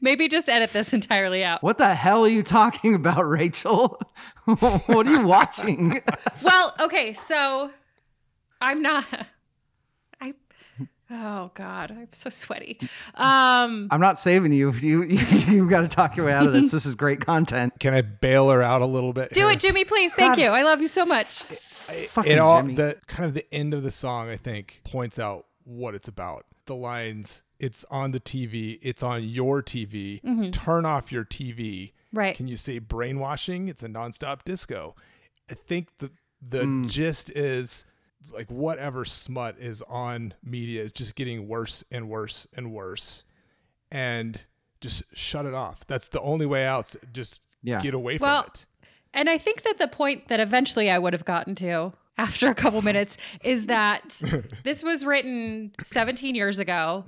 Speaker 4: Maybe just edit this entirely out.
Speaker 1: What the hell are you talking about, Rachel? [LAUGHS] what are you
Speaker 4: [LAUGHS]
Speaker 1: watching?
Speaker 4: Well, okay, so I'm not. I. Oh God, I'm so sweaty. Um.
Speaker 1: I'm not saving you. You you, you got to talk your way out of this. This is great content.
Speaker 3: Can I bail her out a little bit?
Speaker 4: Do
Speaker 3: here?
Speaker 4: it, Jimmy, please. Thank you. I love you so much.
Speaker 1: Fucking
Speaker 3: it all
Speaker 1: Jimmy.
Speaker 3: the kind of the end of the song i think points out what it's about the lines it's on the tv it's on your tv
Speaker 1: Mm-hmm.
Speaker 3: turn off your tv
Speaker 4: Right.
Speaker 3: can you say brainwashing it's a nonstop disco i think the the
Speaker 1: Hmm.
Speaker 3: gist is like whatever smut is on media is just getting worse and worse and worse and just shut it off that's the only way out is just
Speaker 1: Yeah.
Speaker 3: get away
Speaker 4: Well,
Speaker 3: from it
Speaker 4: And I think that the point that eventually I would have gotten to after a couple minutes is
Speaker 1: [LAUGHS]
Speaker 4: that this was written 17 years ago.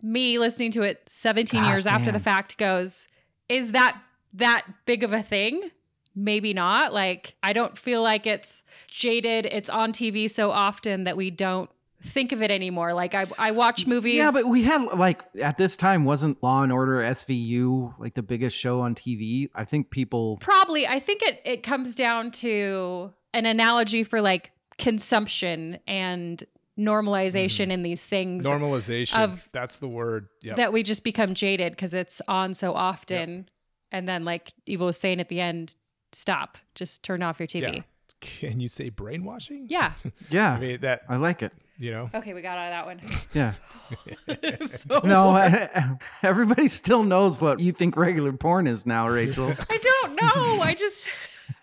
Speaker 4: Me listening to it 17
Speaker 1: Mm-hmm. God
Speaker 4: years after the
Speaker 1: damn.
Speaker 4: fact goes, is that that big of a thing? Maybe not. Like, I don't feel like it's jaded. It's on TV so often that we don't think of it anymore. Like, I, I watch movies.
Speaker 1: Yeah, but we had like at this time wasn't Law and Order SVU like the biggest show on TV? I think people
Speaker 4: probably i think it it comes down to an analogy for like consumption and normalization in these things
Speaker 3: Normalization.
Speaker 4: Of-
Speaker 3: that's the word. Mm-hmm. Yeah.
Speaker 4: that we just become jaded because it's on so often and then like evil was saying at the end stop just turn off your
Speaker 3: yeah.
Speaker 4: tv
Speaker 3: Can you say brainwashing?
Speaker 4: yeah,
Speaker 3: [LAUGHS]
Speaker 1: Yeah.
Speaker 3: I mean that.
Speaker 1: I like it.
Speaker 3: You know.
Speaker 4: okay we got out of that one
Speaker 1: Yeah.
Speaker 3: [LAUGHS]
Speaker 4: [LAUGHS] so
Speaker 1: No, [LAUGHS] everybody still knows what you think regular porn is now, Rachel.
Speaker 4: i don't know i just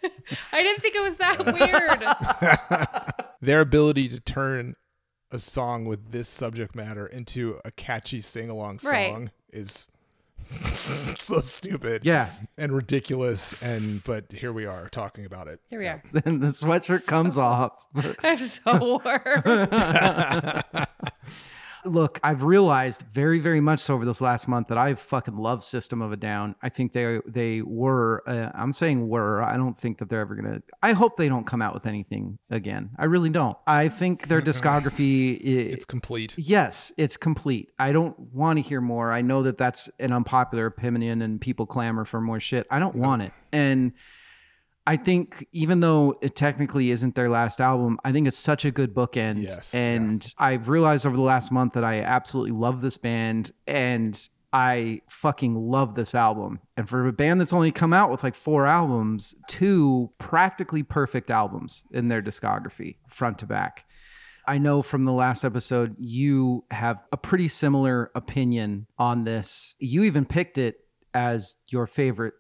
Speaker 4: [LAUGHS] i didn't think it was
Speaker 3: [LAUGHS]
Speaker 4: that weird
Speaker 3: their ability to turn a song with this subject matter into a catchy sing-along song
Speaker 4: Right.
Speaker 3: is [LAUGHS] so stupid
Speaker 1: Yeah. [LAUGHS]
Speaker 3: and ridiculous and but here we are talking about it
Speaker 4: there we are [LAUGHS]
Speaker 1: Then the sweatshirt comes off.
Speaker 4: i'm so [LAUGHS]
Speaker 3: [LAUGHS]
Speaker 4: warm
Speaker 1: Look, I've realized very, very much so over this last month that I fucking love System of a Down. I think they they were. Uh, I'm saying were. I don't think that they're ever gonna. I hope they don't come out with anything again. I really don't. I think
Speaker 3: [LAUGHS]
Speaker 1: their discography.
Speaker 3: it's complete
Speaker 1: Yes, it's complete. I don't want to hear more. I know that that's an unpopular opinion and people clamor for more shit. I don't want it. And I think even though it technically isn't their last album, I think it's such a good bookend.
Speaker 3: Yes, yeah.
Speaker 1: And I've realized over the last month that I absolutely love this band and I fucking love this album. And for a band that's only come out with like four albums, two practically perfect albums in their discography, front to back. I know from the last episode, you have a pretty similar opinion on this. You even picked it as your favorite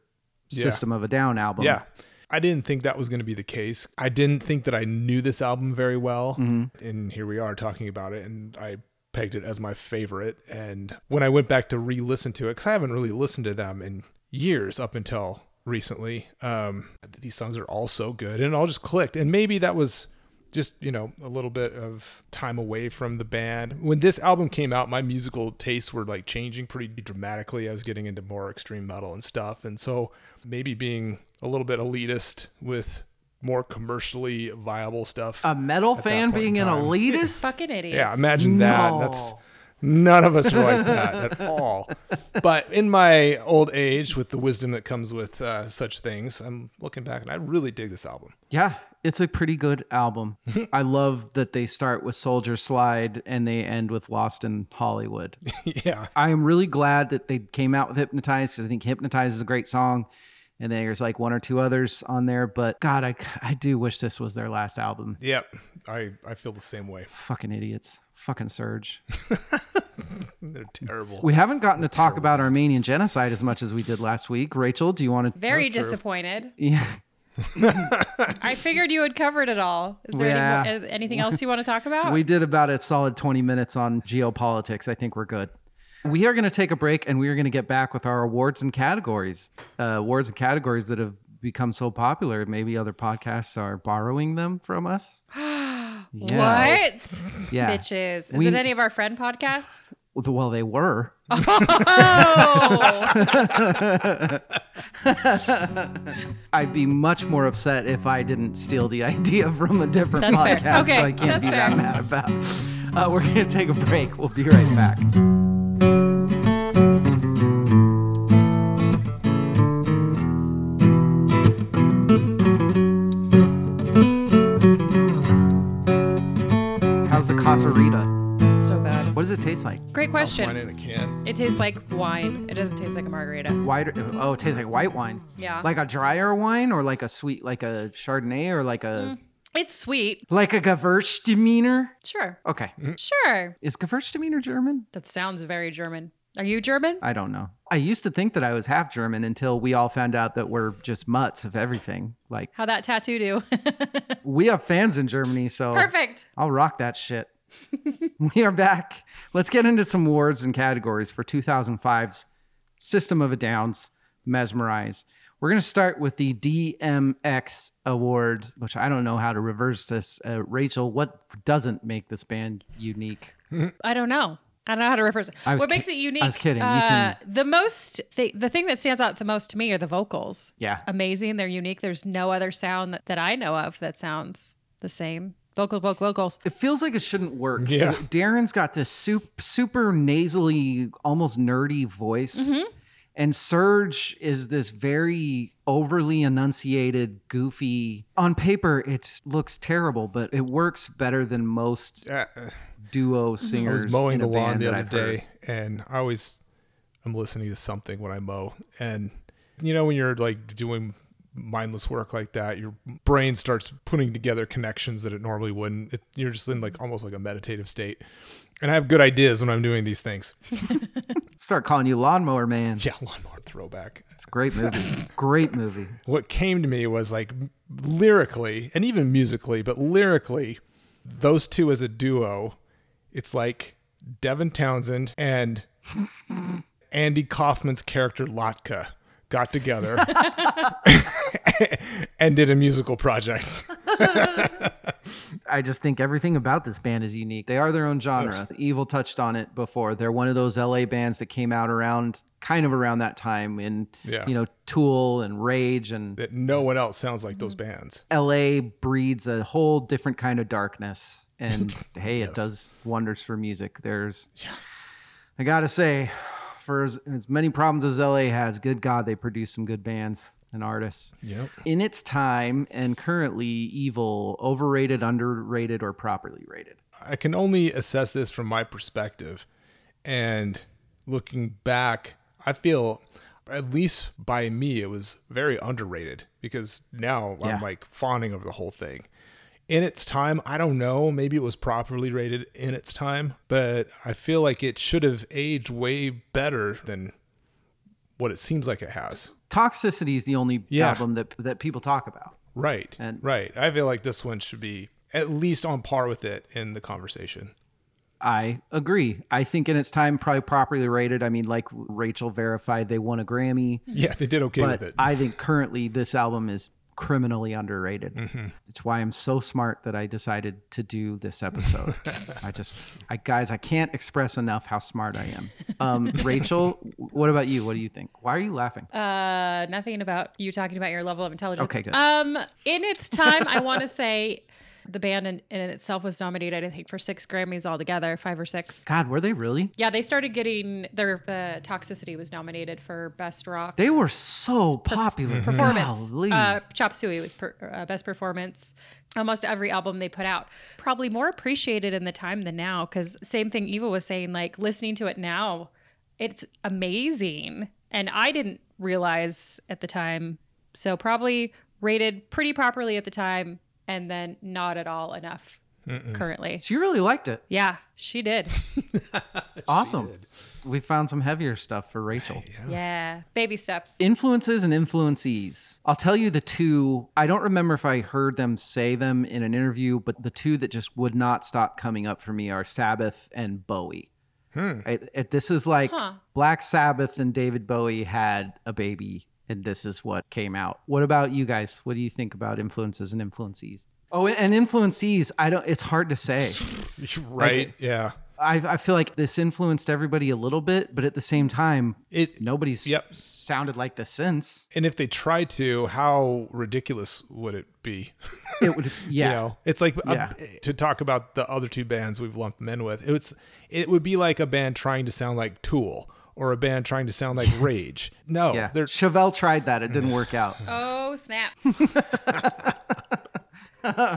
Speaker 3: Yeah.
Speaker 1: System of a Down album.
Speaker 3: yeah i didn't think that was going to be the case i didn't think that i knew this album very well and here we are talking about it and i pegged it as my favorite and when i went back to re-listen to it because i haven't really listened to them in years up until recently um these songs are all so good and it all just clicked and maybe that was just you know a little bit of time away from the band when this album came out my musical tastes were like changing pretty dramatically i was getting into more extreme metal and stuff and so maybe being a little bit elitist with more commercially viable stuff
Speaker 1: A metal fan
Speaker 3: point in
Speaker 1: being an
Speaker 3: time.
Speaker 1: elitist?
Speaker 4: fucking idiot
Speaker 3: yeah imagine that that's none of us were like that at all but in my old age with the wisdom that comes with uh, such things i'm looking back and i really dig this album [LAUGHS]
Speaker 1: Yeah, it's a pretty good album. I love that they start with Soldier Slide and they end with Lost in
Speaker 3: [LAUGHS]
Speaker 1: Hollywood.
Speaker 3: yeah
Speaker 1: I am really glad that they came out with Hypnotize because I think Hypnotize is a great song. And there's like one or two others on there, but God, I, I do wish this was their last album.
Speaker 3: yep i i feel the same way
Speaker 1: Fucking idiots. Fucking Surge.
Speaker 3: they're terrible
Speaker 1: We haven't gotten to talk about Armenian genocide as much as we did last week. Rachel, do you want to?
Speaker 4: Very disappointed.
Speaker 1: [LAUGHS] Yeah.
Speaker 4: I figured you had covered it all. Is there any more, uh, anything else you want to talk about?
Speaker 1: We did about a solid 20 minutes on geopolitics. I think we're good. We are going to take a break and we are going to get back with our awards and categories. Uh, awards and categories that have become so popular. Maybe other podcasts are borrowing them from us. Yeah.
Speaker 4: What?
Speaker 1: Yeah.
Speaker 4: Bitches. Is
Speaker 1: We-
Speaker 4: it any of our friend
Speaker 1: [LAUGHS]
Speaker 4: podcasts?
Speaker 1: Well, they were.
Speaker 4: Oh.
Speaker 1: I'd be much more upset if I didn't steal the [LAUGHS] idea from a different
Speaker 4: That's fair.
Speaker 1: podcast.
Speaker 4: Okay,
Speaker 1: so I can't
Speaker 4: that's
Speaker 1: be that
Speaker 4: fair.
Speaker 1: mad about. Uh, we're gonna take a break. We'll be right back. How's the Casa Rita?
Speaker 4: so bad.
Speaker 1: What does it taste like?
Speaker 4: Great
Speaker 3: wine
Speaker 4: question.
Speaker 3: in a can
Speaker 4: It tastes like wine. It doesn't taste like a margarita.
Speaker 1: White? Oh, it tastes like white wine.
Speaker 4: Yeah.
Speaker 1: Like a drier wine, or like a sweet, like a Chardonnay, or like
Speaker 4: Mm,
Speaker 1: a
Speaker 4: It's sweet.
Speaker 1: like a Gewürztraminer.
Speaker 4: Sure.
Speaker 1: Okay.
Speaker 4: Sure.
Speaker 1: Is Gewürztraminer German?
Speaker 4: That sounds very German. Are you German?
Speaker 1: I don't know. I used to think that I was half German until we all found out that we're just mutts of everything. Like,
Speaker 4: How that tattoo [LAUGHS] do?
Speaker 1: we have fans in Germany, so
Speaker 4: Perfect.
Speaker 1: I'll rock that shit. [LAUGHS] we are back. Let's get into some awards and categories for 2005's System of a Down's Mesmerize. We're going to start with the DMX award, which I don't know how to reverse this. Uh, Rachel, what doesn't make this band unique?
Speaker 4: I don't know. I don't know how to reference it.
Speaker 1: I was
Speaker 4: What
Speaker 1: ki-
Speaker 4: makes it unique?
Speaker 1: I was kidding. You
Speaker 4: Uh,
Speaker 1: can-
Speaker 4: the most, the, the thing that stands out the most to me are the vocals.
Speaker 1: Yeah.
Speaker 4: Amazing. They're unique. There's no other sound that, that I know of that sounds the same. Vocal, vocal, vocals.
Speaker 1: It feels like it shouldn't work.
Speaker 3: Yeah.
Speaker 1: Darren's got this super, super nasally, almost nerdy voice. And Serge is this very overly enunciated, goofy. On paper, it looks terrible, but it works better than most
Speaker 3: Uh,
Speaker 1: duo
Speaker 3: I
Speaker 1: singers.
Speaker 3: was mowing
Speaker 1: in a
Speaker 3: the lawn
Speaker 1: band
Speaker 3: the
Speaker 1: that
Speaker 3: other
Speaker 1: I've heard.
Speaker 3: day, and I always am listening to something when I mow. And you know, when you're like doing mindless work like that, your brain starts putting together connections that it normally wouldn't. It, you're just in like almost like a meditative state. And I have good ideas when I'm doing these things. [LAUGHS]
Speaker 1: Start calling you Lawnmower Man.
Speaker 3: Yeah, lawnmower throwback.
Speaker 1: It's a great
Speaker 3: [LAUGHS]
Speaker 1: movie. great movie.
Speaker 3: what came to me was like lyrically and even musically, but lyrically, those two as a duo, it's like Devin Townsend and Andy Kaufman's character Latka got together [LAUGHS] and did a musical project.
Speaker 1: I just think everything about this band is unique. They are their own genre. Evil touched on it before. They're one of those LA bands that came out around kind of around that time in
Speaker 3: Yeah.
Speaker 1: you know Tool and Rage and
Speaker 3: That no one else sounds like those bands.
Speaker 1: LA breeds a whole different kind of darkness. And hey, it does wonders for music. There's I got to say for as, as many problems as LA has, good god, they produce some good bands and artists.
Speaker 3: Yep.
Speaker 1: In its time and currently evil, overrated, underrated or properly rated.
Speaker 3: I can only assess this from my perspective. And looking back, I feel, at least by me, it was very underrated because now
Speaker 1: Yeah.
Speaker 3: I'm like fawning over the whole thing. In its time, I don't know. Maybe it was properly rated in its time, but I feel like it should have aged way better than what it seems like it has.
Speaker 1: toxicity is the only
Speaker 3: Yeah.
Speaker 1: problem that that people talk about.
Speaker 3: Right.
Speaker 1: And-
Speaker 3: right. I feel like this one should be at least on par with it in the conversation.
Speaker 1: I agree. I think in its time, probably properly rated. I mean, like Rachel verified, they won a Grammy,
Speaker 3: Yeah, they did okay with
Speaker 1: but
Speaker 3: it. [LAUGHS]
Speaker 1: I think currently this album is criminally underrated.
Speaker 3: Mm-hmm.
Speaker 1: It's why I'm so smart that I decided to do this
Speaker 3: [LAUGHS]
Speaker 1: episode. I just, I guys, I can't express enough how smart I am. Um, Rachel, what about you? What do you think? Why are you laughing?
Speaker 4: Uh, nothing about you talking about your level of intelligence.
Speaker 1: Okay, good.
Speaker 4: Um, in its time, I want to [LAUGHS] say the band in, in itself was nominated, I think, for six Grammys altogether, five or six.
Speaker 1: God, were they really?
Speaker 4: Yeah, they started getting their uh, Toxicity was nominated for Best Rock
Speaker 1: They were so popular.
Speaker 4: performance.
Speaker 1: Golly.
Speaker 4: Uh, Chop Suey was per, uh, best performance. Almost every album they put out, probably more appreciated in the time than now. Because same thing Eva was saying, like listening to it now, it's amazing, and I didn't realize at the time. So probably rated pretty properly at the time, and then not at all enough currently.
Speaker 1: so you really liked it.
Speaker 4: Yeah, she did.
Speaker 1: Awesome. We found some heavier stuff for Rachel.
Speaker 4: yeah, baby steps.
Speaker 1: Influences and influencees. I'll tell you the two. I don't remember if I heard them say them in an interview, but the two that just would not stop coming up for me are Sabbath and Bowie. I- I- this is like
Speaker 4: Huh.
Speaker 1: Black Sabbath and David Bowie had a baby, and this is what came out. What about you guys? What do you think about influences and influencees? Oh, and and influencees. I don't. It's hard to say.
Speaker 3: [LAUGHS] Right. yeah.
Speaker 1: I, I feel like this influenced everybody a little bit, but at the same time,
Speaker 3: It
Speaker 1: nobody's
Speaker 3: Yep.
Speaker 1: sounded like this since.
Speaker 3: and if they tried to, how ridiculous would it be?
Speaker 1: It would, yeah.
Speaker 3: [LAUGHS] You know, it's like a-
Speaker 1: Yeah.
Speaker 3: to talk about the other two bands we've lumped them in with. It's it would be like a band trying to sound like Tool or a band trying to
Speaker 1: [LAUGHS]
Speaker 3: sound like Rage. No,
Speaker 1: yeah.
Speaker 3: Oh, they're
Speaker 1: [LAUGHS] Chevelle tried that. It didn't work out. [LAUGHS]
Speaker 4: Oh snap.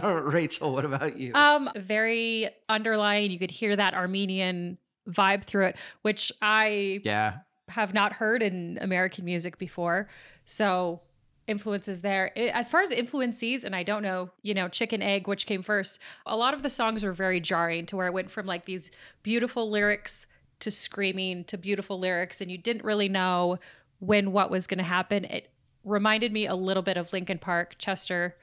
Speaker 1: Rachel, what about you?
Speaker 4: Um, very underlying. You could hear that Armenian vibe through it, which I
Speaker 1: yeah.
Speaker 4: have not heard in American music before. So influences there. I- As far as influences, and I don't know, you know, chicken egg, which came first. A lot of the songs were very jarring to where it went from like these beautiful lyrics to screaming to beautiful lyrics, and you didn't really know when what was going to happen. It reminded me a little bit of Lincoln Park, Chester,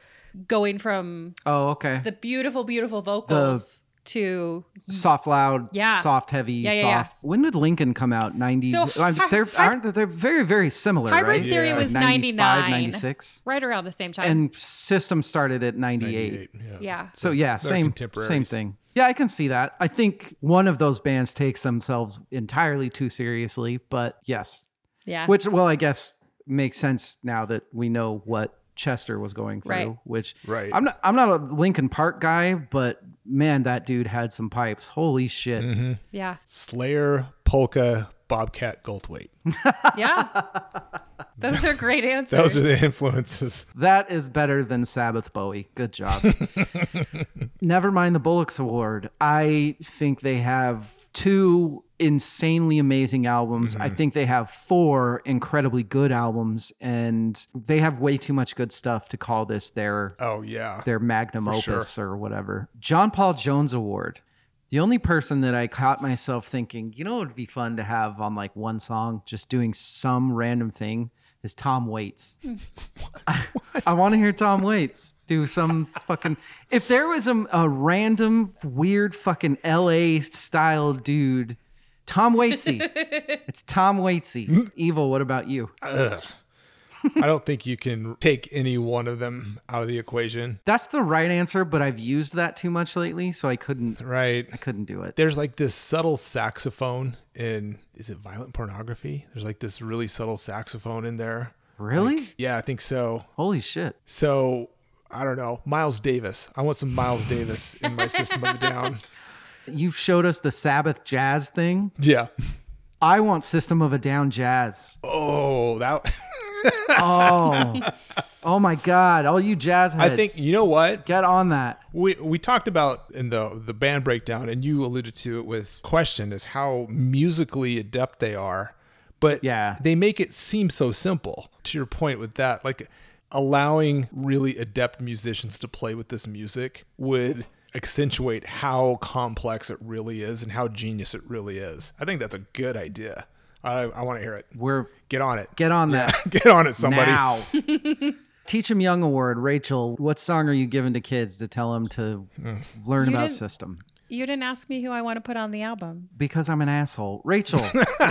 Speaker 4: going from
Speaker 1: Oh, okay.
Speaker 4: the beautiful, beautiful vocals to
Speaker 1: soft loud
Speaker 4: Yeah.
Speaker 1: soft heavy
Speaker 4: Yeah, yeah, yeah.
Speaker 1: soft when did lincoln come out 90
Speaker 4: So,
Speaker 1: I-
Speaker 4: hy-
Speaker 1: they're
Speaker 4: hy-
Speaker 1: aren't they- they're very very similar
Speaker 4: Hybrid
Speaker 1: right
Speaker 4: Theory
Speaker 3: Yeah.
Speaker 4: was
Speaker 1: 95,
Speaker 4: 99,
Speaker 1: 96
Speaker 4: right around the same time.
Speaker 1: and system started at 98,
Speaker 3: 98,
Speaker 4: yeah.
Speaker 1: so yeah same same
Speaker 3: contemporaries.
Speaker 1: thing yeah i can see that i think one of those bands takes themselves entirely too seriously but yes
Speaker 4: Yeah.
Speaker 1: which well i guess makes sense now that we know what chester was going through
Speaker 4: Right.
Speaker 1: which
Speaker 3: Right.
Speaker 1: i'm not i'm not a lincoln park guy but man that dude had some pipes holy shit [LAUGHS]
Speaker 4: yeah.
Speaker 3: Slayer, Polka, Bobcat, Goldthwait.
Speaker 4: Yeah. Those are great answers.
Speaker 3: Those are the [LAUGHS] influences.
Speaker 1: That is better than Sabbath Bowie. Good job. Never mind the Bullocks Award. I think they have two insanely amazing albums. I think they have four incredibly good albums, and they have way too much good stuff to call this their
Speaker 3: Oh yeah.
Speaker 1: their magnum opus or whatever. John Paul Jones Award. The only person that I caught myself thinking, you know, it would be fun to have on like one song, just doing some random thing, is Tom Waits. I, want to hear Tom Waits do some fucking. If there was a, a random, weird fucking LA style dude, Tom Waitsy. it's Tom Waitsy. Evil, what about you?
Speaker 3: Ugh. I don't think you can take any one of them out of the equation.
Speaker 1: That's the right answer, but I've used that too much lately, so I couldn't.
Speaker 3: Right.
Speaker 1: I couldn't do it.
Speaker 3: There's like this subtle saxophone in is it violent pornography? There's like this really subtle saxophone in there.
Speaker 1: Really?
Speaker 3: Yeah, I think so.
Speaker 1: Holy shit.
Speaker 3: So I don't know. Miles Davis. I want some Miles Davis in my system of a down.
Speaker 1: You showed us the Sabbath jazz thing.
Speaker 3: Yeah.
Speaker 1: I want System of a Down jazz.
Speaker 3: Oh, that [LAUGHS]
Speaker 1: Oh. oh my God. All you jazz heads.
Speaker 3: I think you know what?
Speaker 1: Get on that.
Speaker 3: We we talked about in the the band breakdown, and you alluded to it with question is how musically adept they are, but
Speaker 1: Yeah.
Speaker 3: they make it seem so simple. To your point with that, like allowing really adept musicians to play with this music would accentuate how complex it really is and how genius it really is. I think that's a good idea. I I want to hear it.
Speaker 1: We're
Speaker 3: Get on it.
Speaker 1: get on that
Speaker 3: [LAUGHS] Get on it, somebody. [LAUGHS]
Speaker 1: now. Teach 'em Young Award, Rachel. What song are you giving to kids to tell them to
Speaker 3: Hmm.
Speaker 1: learn
Speaker 4: You
Speaker 1: about
Speaker 4: didn't-
Speaker 1: system?
Speaker 4: you didn't ask me who I want to put on the album.
Speaker 1: Because I'm an asshole.
Speaker 3: [LAUGHS]
Speaker 1: Rachel,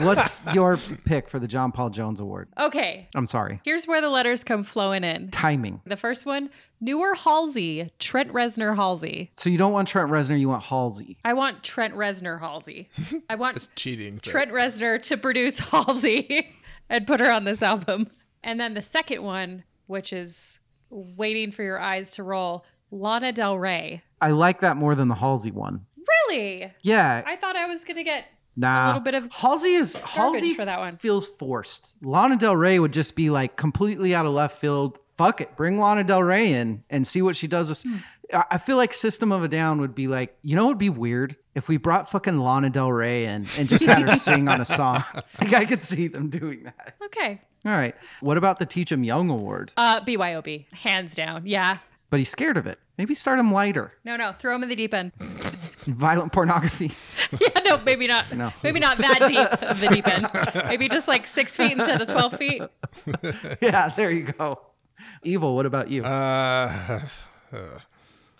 Speaker 1: what's your pick for the John Paul Jones Award?
Speaker 4: Okay.
Speaker 1: I'm sorry.
Speaker 4: Here's where the letters come flowing in.
Speaker 1: Timing.
Speaker 4: The first one, newer Halsey, Trent Reznor Halsey.
Speaker 1: So you don't want Trent Reznor, you want Halsey.
Speaker 4: I want Trent Reznor Halsey.
Speaker 3: [LAUGHS]
Speaker 4: I want
Speaker 3: Cheating. but-
Speaker 4: Trent Reznor to produce [LAUGHS] Halsey and put her on this album. And then the second one, which is waiting for your eyes to roll, Lana Del Rey.
Speaker 1: I like that more than the Halsey one.
Speaker 4: Really?
Speaker 1: Yeah,
Speaker 4: I thought I was going to get
Speaker 1: Nah,
Speaker 4: little bit of
Speaker 1: Halsey is Halsey
Speaker 4: for that one.
Speaker 1: feels forced. Lana Del Rey would just be like completely out of left field. Fuck it, bring Lana Del Rey in and see what she does. With,
Speaker 4: Hmm.
Speaker 1: I I feel like System of a Down would be like, you know, what would be weird if we brought fucking Lana Del Rey in and just
Speaker 4: [LAUGHS]
Speaker 1: had her sing on a song. [LAUGHS] Like I could see them doing that.
Speaker 4: Okay.
Speaker 1: All right, what about the Teach 'Em Young Award?
Speaker 4: Uh BYOB, hands down. Yeah.
Speaker 1: But he's scared of it. Maybe start him lighter.
Speaker 4: No, no, throw him in the deep end.
Speaker 1: [LAUGHS] Violent pornography.
Speaker 4: [LAUGHS]
Speaker 1: [LAUGHS]
Speaker 4: Yeah, no, maybe not. Maybe not that deep of the deep end. Maybe just like six feet instead of 12 feet.
Speaker 1: yeah, there you go. Evil. What about you?
Speaker 3: Uh, [LAUGHS] uh,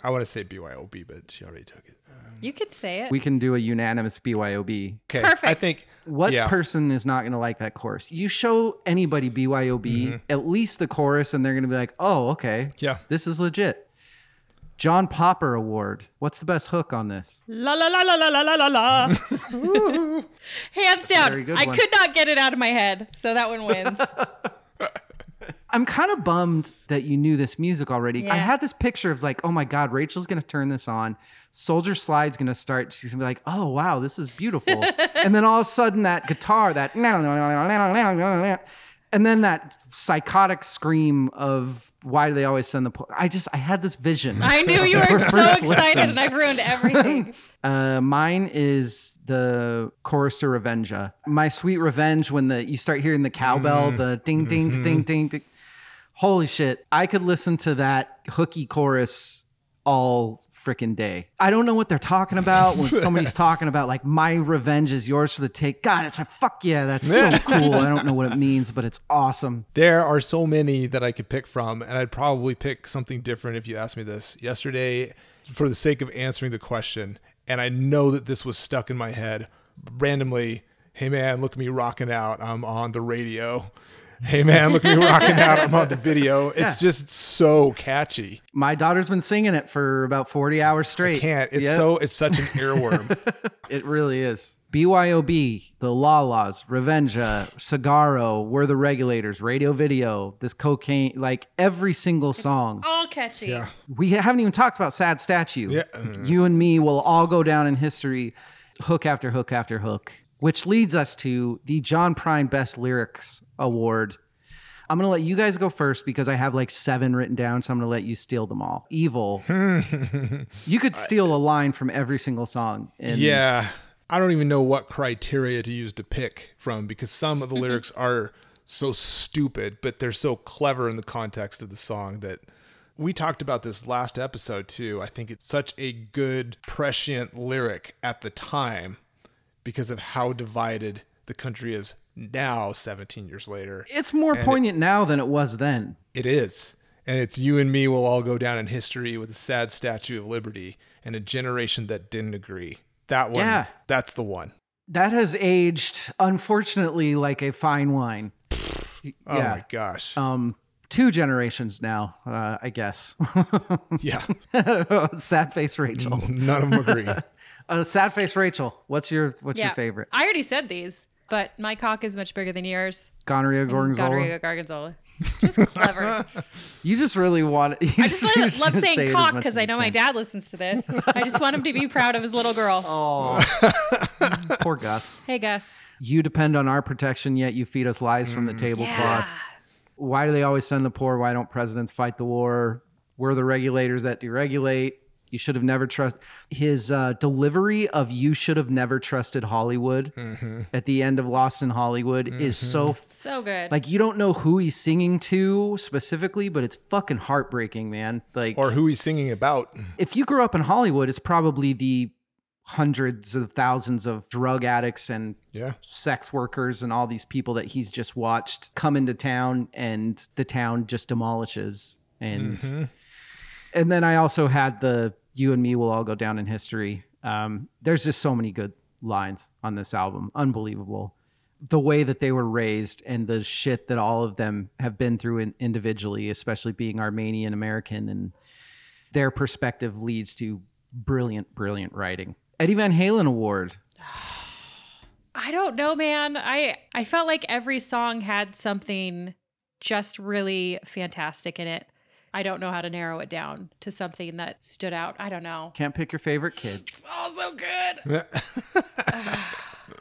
Speaker 3: I want to say BYOB, but she already took it.
Speaker 4: You could say it.
Speaker 1: we can do a unanimous BYOB.
Speaker 3: Okay, I
Speaker 4: Perfect.
Speaker 3: think
Speaker 1: What
Speaker 3: yeah,
Speaker 1: person is not going to like that chorus? You show anybody BYOB, at least the chorus, and they're going to be like, oh, okay.
Speaker 3: Mm-hmm. Yeah.
Speaker 1: This is legit. John Popper Award. What's the best hook on this?
Speaker 4: La la la la la la la la
Speaker 1: [LAUGHS]
Speaker 4: la. Hands
Speaker 1: Very
Speaker 4: down.
Speaker 1: good
Speaker 4: I
Speaker 1: one.
Speaker 4: could not get it out of my head. So that one
Speaker 1: [LAUGHS]
Speaker 4: wins.
Speaker 1: I'm kind of bummed that you knew this music already. I
Speaker 4: Yeah.
Speaker 1: had this picture of like, oh my God, Rachel's going to turn this on. Soldier Slide's going to start. She's going to be like, oh, wow, this is
Speaker 4: [LAUGHS]
Speaker 1: beautiful. and then all of a sudden, that guitar, that, [LAUGHS] and then that psychotic scream of, why do they always send the. Po-? I just, I had this vision. [LAUGHS]
Speaker 4: I knew you were so
Speaker 1: First
Speaker 4: excited and I've
Speaker 1: [LAUGHS]
Speaker 4: ruined everything.
Speaker 1: Uh, mine is the chorus to Revenja. My sweet revenge when the you start hearing the cowbell,
Speaker 3: Mm-hmm.
Speaker 1: the ding ding ding ding ding. Holy shit. I could listen to that hooky chorus all freaking day. I don't know what they're talking about when
Speaker 3: [LAUGHS]
Speaker 1: somebody's talking about like my revenge is yours for the take. God, it's a fuck yeah, that's
Speaker 3: [LAUGHS]
Speaker 1: so cool. I don't know what it means, but it's awesome.
Speaker 3: there are so many that I could pick from, and I'd probably pick something different if you asked me this yesterday. For the sake of answering the question, And I know that this was stuck in my head randomly. Hey man, look at me rocking out. I'm on the radio. Hey man, look at me rocking out. I'm on the video. It's just so catchy.
Speaker 1: My daughter's been singing it for about 40 hours straight.
Speaker 3: Can't. It's
Speaker 1: Yep.
Speaker 3: so it's such
Speaker 1: [LAUGHS]
Speaker 3: an earworm.
Speaker 1: It really is. BYOB, the Lalas, Revenja, Cigaro, We're the Regulators, Radio Video, this cocaine, like every single song.
Speaker 4: All catchy.
Speaker 3: yeah.
Speaker 1: we haven't even talked about Sad Statue.
Speaker 3: Yeah.
Speaker 1: You and me will all go down in history, hook after hook after hook, which leads us to the John Prine Best Lyrics Award. I'm going to let you guys go first because I have like seven written down, so I'm going to let you steal them all. Evil. you could steal a line from every single song. And
Speaker 3: Yeah. I don't even know what criteria to use to pick from because some
Speaker 1: Mm-hmm.
Speaker 3: of the lyrics are so stupid, but they're so clever in the context of the song that we talked about this last episode too. I think it's such a good, prescient lyric at the time because of how divided the country is now, 17 years later.
Speaker 1: It's more poignant now than it was then.
Speaker 3: It is. And it's you and me will all go down in history with a sad statue of liberty and a generation that didn't agree. That one,
Speaker 1: Yeah.
Speaker 3: that's the one.
Speaker 1: That has aged, unfortunately, like a fine wine.
Speaker 3: Oh
Speaker 1: Yeah.
Speaker 3: my gosh.
Speaker 1: Um, two generations now, uh, I guess. [LAUGHS]
Speaker 3: Yeah, [LAUGHS] Oh,
Speaker 1: sad face Rachel.
Speaker 3: none of them agree.
Speaker 1: [LAUGHS] Uh, sad face Rachel. What's your what's
Speaker 4: Yeah.
Speaker 1: your favorite?
Speaker 4: I already said these, but my cock is much bigger than yours.
Speaker 1: Gonorrhea gorgonzola.
Speaker 4: Gonorrhea gargonzola.
Speaker 1: [LAUGHS]
Speaker 4: Just clever.
Speaker 1: You just really want. [LAUGHS] You
Speaker 4: I just
Speaker 1: you
Speaker 4: love, love
Speaker 1: just
Speaker 4: saying
Speaker 1: say it as
Speaker 4: cock
Speaker 1: much
Speaker 4: because
Speaker 1: as
Speaker 4: I
Speaker 1: you
Speaker 4: know
Speaker 1: can.
Speaker 4: my dad listens to this. I just want him to be proud of his little girl.
Speaker 1: [LAUGHS] Oh, poor Gus.
Speaker 4: Hey, Gus.
Speaker 1: You depend on our protection, yet you feed us lies from the tablecloth. Why do they always send the poor? Why don't presidents fight the war? We're the regulators that deregulate. You should have never trust his uh, delivery of "You should have never trusted Hollywood"
Speaker 3: Mm-hmm.
Speaker 1: at the end of Lost in Hollywood is so
Speaker 4: So good.
Speaker 1: Like you don't know who he's singing to specifically, but it's fucking heartbreaking, man. Like
Speaker 3: or who he's singing about.
Speaker 1: if you grew up in Hollywood, it's probably the hundreds of thousands of drug addicts and
Speaker 3: Yeah.
Speaker 1: sex workers and all these people that he's just watched come into town and the town just demolishes and and then I also had the you and me will all go down in history. Um, there's just so many good lines on this album. Unbelievable. The way that they were raised and the shit that all of them have been through in, individually, especially being Armenian American and their perspective leads to brilliant, brilliant writing. Eddie Van Halen Award.
Speaker 4: I don't know, man. I I felt like every song had something just really fantastic in it. I don't know how to narrow it down to something that stood out. I don't know.
Speaker 1: Can't pick your favorite kid.
Speaker 4: It's all so good.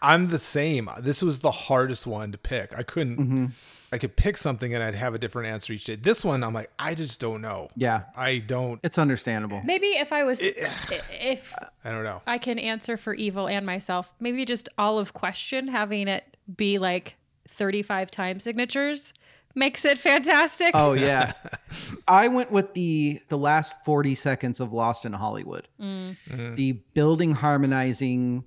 Speaker 3: I'm the same. This was the hardest one to pick. I couldn't.
Speaker 1: Mm-hmm.
Speaker 3: I could pick something and I'd have a different answer each day. This one, I'm like, I just don't know.
Speaker 1: Yeah,
Speaker 3: I don't.
Speaker 1: it's understandable.
Speaker 4: Maybe if I was, if
Speaker 3: I don't know.
Speaker 4: I can answer for evil and myself, maybe just all of question having it be like 35 time signatures makes it fantastic.
Speaker 1: Oh yeah. [LAUGHS] I went with the the last 40 seconds of Lost in Hollywood.
Speaker 3: Mm.
Speaker 1: The building harmonizing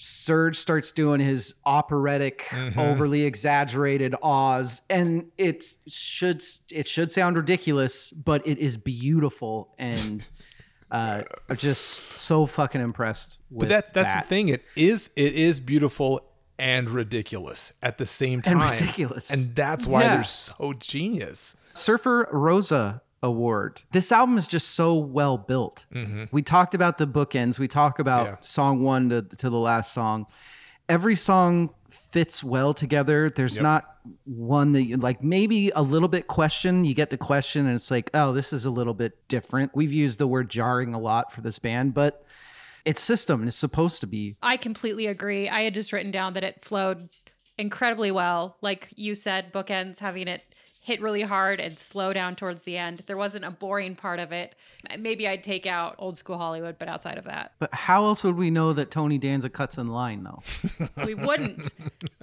Speaker 1: Serge starts doing his operatic,
Speaker 3: Mm-hmm.
Speaker 1: overly exaggerated ahs, and it should it should sound ridiculous, but it is beautiful and
Speaker 3: [LAUGHS]
Speaker 1: uh, I'm just so fucking impressed with
Speaker 3: But that, that's
Speaker 1: that.
Speaker 3: the thing. It is. It is beautiful and ridiculous at the same time.
Speaker 1: ridiculous.
Speaker 3: And that's why
Speaker 1: Yeah.
Speaker 3: they're so genius.
Speaker 1: Surfer Rosa Award. This album is just so well built. We talked about the bookends. We talk about
Speaker 3: Yeah.
Speaker 1: song one to, to the last song. Every song fits well together. There's not one that you like, maybe a little bit question. You get to question, and it's like, oh, this is a little bit different. We've used the word jarring a lot for this band, but it's system and it's supposed to be.
Speaker 4: I completely agree. I had just written down that it flowed incredibly well. Like you said, bookends having it hit really hard and slow down towards the end. There wasn't a boring part of it. Maybe I'd take out old school Hollywood, but outside of that,
Speaker 1: But how else would we know that Tony Danza cuts in line, though?
Speaker 4: we wouldn't.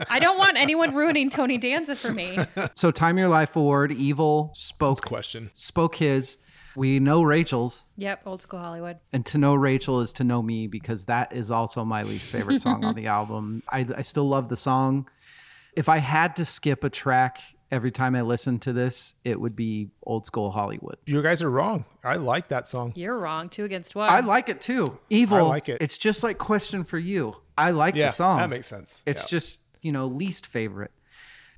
Speaker 4: I don't want anyone ruining Tony Danza for me.
Speaker 1: so, Time of Your Life Award, Evil spoke
Speaker 3: Question.
Speaker 1: spoke his. We know Rachel's,
Speaker 4: Yep, old school Hollywood.
Speaker 1: and to know Rachel is to know me because that is also my least favorite
Speaker 3: [LAUGHS]
Speaker 1: song on the album. I, I still love the song. If I had to skip a track every time I listen to this, it would be old school Hollywood.
Speaker 3: You guys are wrong. I like that song.
Speaker 4: You're wrong. Two against one.
Speaker 1: I like it too. Evil.
Speaker 3: I like it.
Speaker 1: It's just like Question for You. I like
Speaker 3: Yeah,
Speaker 1: the song.
Speaker 3: that makes sense.
Speaker 1: It's
Speaker 3: Yeah.
Speaker 1: just, you know, least favorite.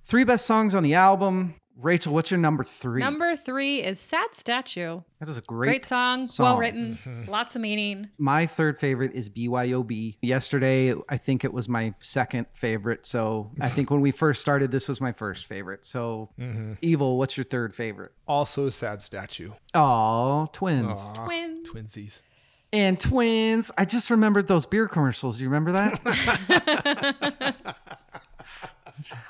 Speaker 1: Three best songs on the album. Rachel, what's your number three?
Speaker 4: Number three is Sad Statue.
Speaker 1: that is a
Speaker 4: Great,
Speaker 1: great
Speaker 4: song,
Speaker 1: song. Mm-hmm. [LAUGHS]
Speaker 4: well written, lots of meaning.
Speaker 1: My third favorite is BYOB. Yesterday, I think it was my second favorite. So I think when we first started, this was my first favorite. So, Evil, what's your third favorite?
Speaker 3: also sad statue.
Speaker 1: Oh, twins.
Speaker 3: Aw,
Speaker 4: Twin.
Speaker 3: Twinsies.
Speaker 1: And twins. I just remembered those beer commercials. Do you remember that?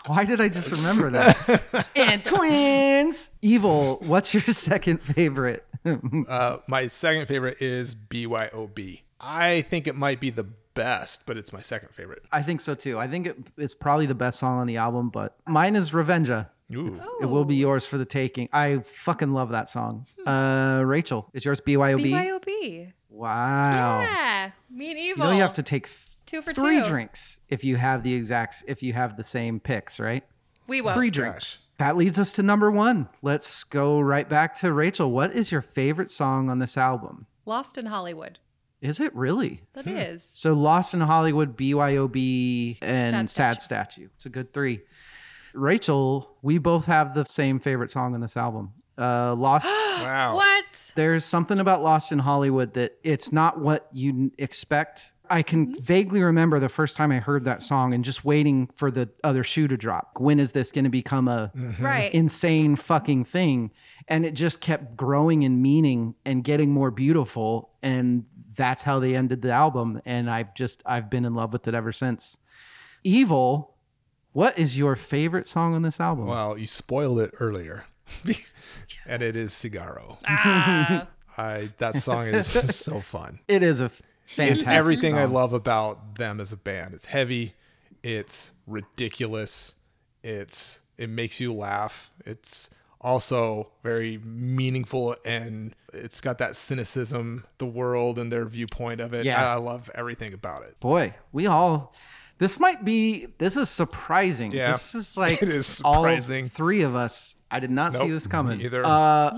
Speaker 1: Why did I just remember that? [LAUGHS] and
Speaker 4: [LAUGHS]
Speaker 1: twins. Evil, what's your second favorite? [LAUGHS]
Speaker 3: Uh, my second favorite is BYOB. I think it might be the best, but it's my second favorite.
Speaker 1: I think so too. I think it, it's probably the best song on the album, but mine is Revenja.
Speaker 3: Ooh.
Speaker 4: Oh.
Speaker 1: It will be yours for the taking. I fucking love that song.
Speaker 4: Hmm.
Speaker 1: Uh, Rachel, is yours BYOB?
Speaker 4: BYOB.
Speaker 1: Wow.
Speaker 4: Yeah. Me and
Speaker 1: You
Speaker 4: Evil.
Speaker 1: know you have to take
Speaker 4: Two for
Speaker 1: three
Speaker 4: two.
Speaker 1: drinks if you have the exact if you have the same picks, right?
Speaker 4: we will.
Speaker 1: Three drinks. That leads us to number one. Let's go right back to Rachel. What is your favorite song on this album?
Speaker 4: Lost in Hollywood.
Speaker 1: Is it really?
Speaker 4: That is.
Speaker 1: So Lost in Hollywood, BYOB, and
Speaker 4: Sad
Speaker 1: Sad Statue. It's a good three. Rachel, we both have the same favorite song on this album. Uh,
Speaker 4: [GASPS]
Speaker 1: Lost. [GASPS]
Speaker 3: Wow.
Speaker 4: What?
Speaker 1: There's something about Lost in Hollywood that it's not what you n- expect. I can vaguely remember the first time I heard that song and just waiting for the other shoe to drop. When is this going to become a
Speaker 4: Right.
Speaker 1: insane fucking thing? And it just kept growing in meaning and getting more beautiful. And that's how they ended the album. And I've just, I've been in love with it ever since. Evil, what is your favorite song on this album?
Speaker 3: Well, you spoiled it earlier. [LAUGHS] and it is Cigaro.
Speaker 1: [LAUGHS]
Speaker 4: Ah.
Speaker 3: I that song
Speaker 4: [LAUGHS]
Speaker 3: is just so fun.
Speaker 1: It is a fantastic
Speaker 3: It's everything I
Speaker 1: song.
Speaker 3: love about them as a band. It's heavy, it's ridiculous, it's it makes you laugh. It's also very meaningful and it's got that cynicism, the world and their viewpoint of it.
Speaker 1: Yeah.
Speaker 3: I love everything about it.
Speaker 1: boy, we all. This might be. This is surprising.
Speaker 3: Yeah.
Speaker 1: This is like
Speaker 3: [LAUGHS] It is
Speaker 1: all
Speaker 3: surprising.
Speaker 1: three of us. I did not see
Speaker 3: Nope,
Speaker 1: this coming.
Speaker 3: me either.
Speaker 1: Uh,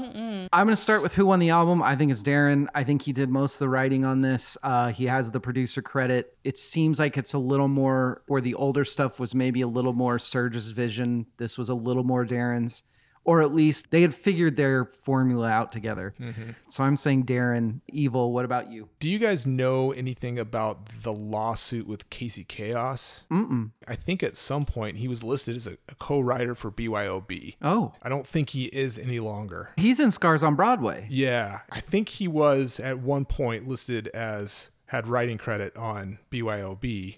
Speaker 1: I'm going to start with who won the album. I think it's Darren. I think he did most of the writing on this. Uh, he has the producer credit. It seems like it's a little more where the older stuff was maybe a little more Surge's vision. This was a little more Darren's, or at least they had figured their formula out together.
Speaker 3: Mm-hmm.
Speaker 1: So I'm saying Darren, Evil. What about you?
Speaker 3: Do you guys know anything about the lawsuit with Casey Chaos?
Speaker 1: Mm-mm.
Speaker 3: I think at some point he was listed as a, a co-writer for BYOB.
Speaker 1: Oh.
Speaker 3: I don't think he is any longer.
Speaker 1: He's in Scars on Broadway.
Speaker 3: Yeah, I think he was at one point listed as had writing credit on BYOB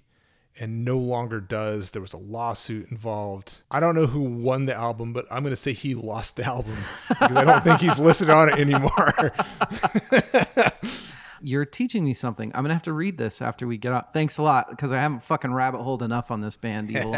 Speaker 3: and no longer does. There was a lawsuit involved. I don't know who won the album, but I'm going to say he lost the album because I don't think he's listed on it anymore. [LAUGHS]
Speaker 1: You're teaching me something. I'm gonna have to read this after we get out. Thanks a lot, because I haven't fucking rabbit holed enough on this band, Evil.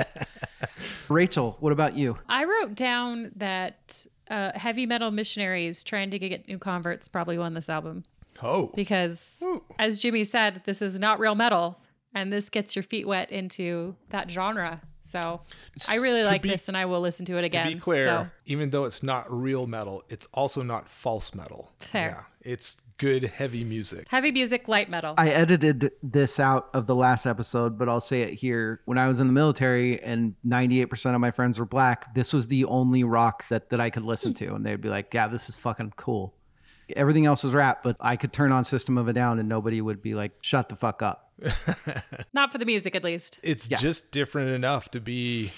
Speaker 1: Rachel, what about you?
Speaker 4: I wrote down that uh, heavy metal missionaries trying to get new converts probably won this album
Speaker 3: oh.
Speaker 4: because,
Speaker 3: Ooh.
Speaker 4: as Jimmy said, this is not real metal and this gets your feet wet into that genre. So I really
Speaker 3: To
Speaker 4: like
Speaker 3: be-
Speaker 4: this and I will listen to it again.
Speaker 3: To be clear,
Speaker 4: So,
Speaker 3: even though it's not real metal, it's also not false metal.
Speaker 4: Fair.
Speaker 3: Yeah, it's good heavy music.
Speaker 4: heavy music, light metal.
Speaker 1: I edited this out of the last episode, but I'll say it here. When I was in the military and 98% of my friends were black, this was the only rock that, that I could listen to. And they'd be like, yeah, this is fucking cool. Everything else was rap, but I could turn on System of a Down and nobody would be like, shut the fuck up.
Speaker 4: Not for the music, at least.
Speaker 3: It's just different enough to be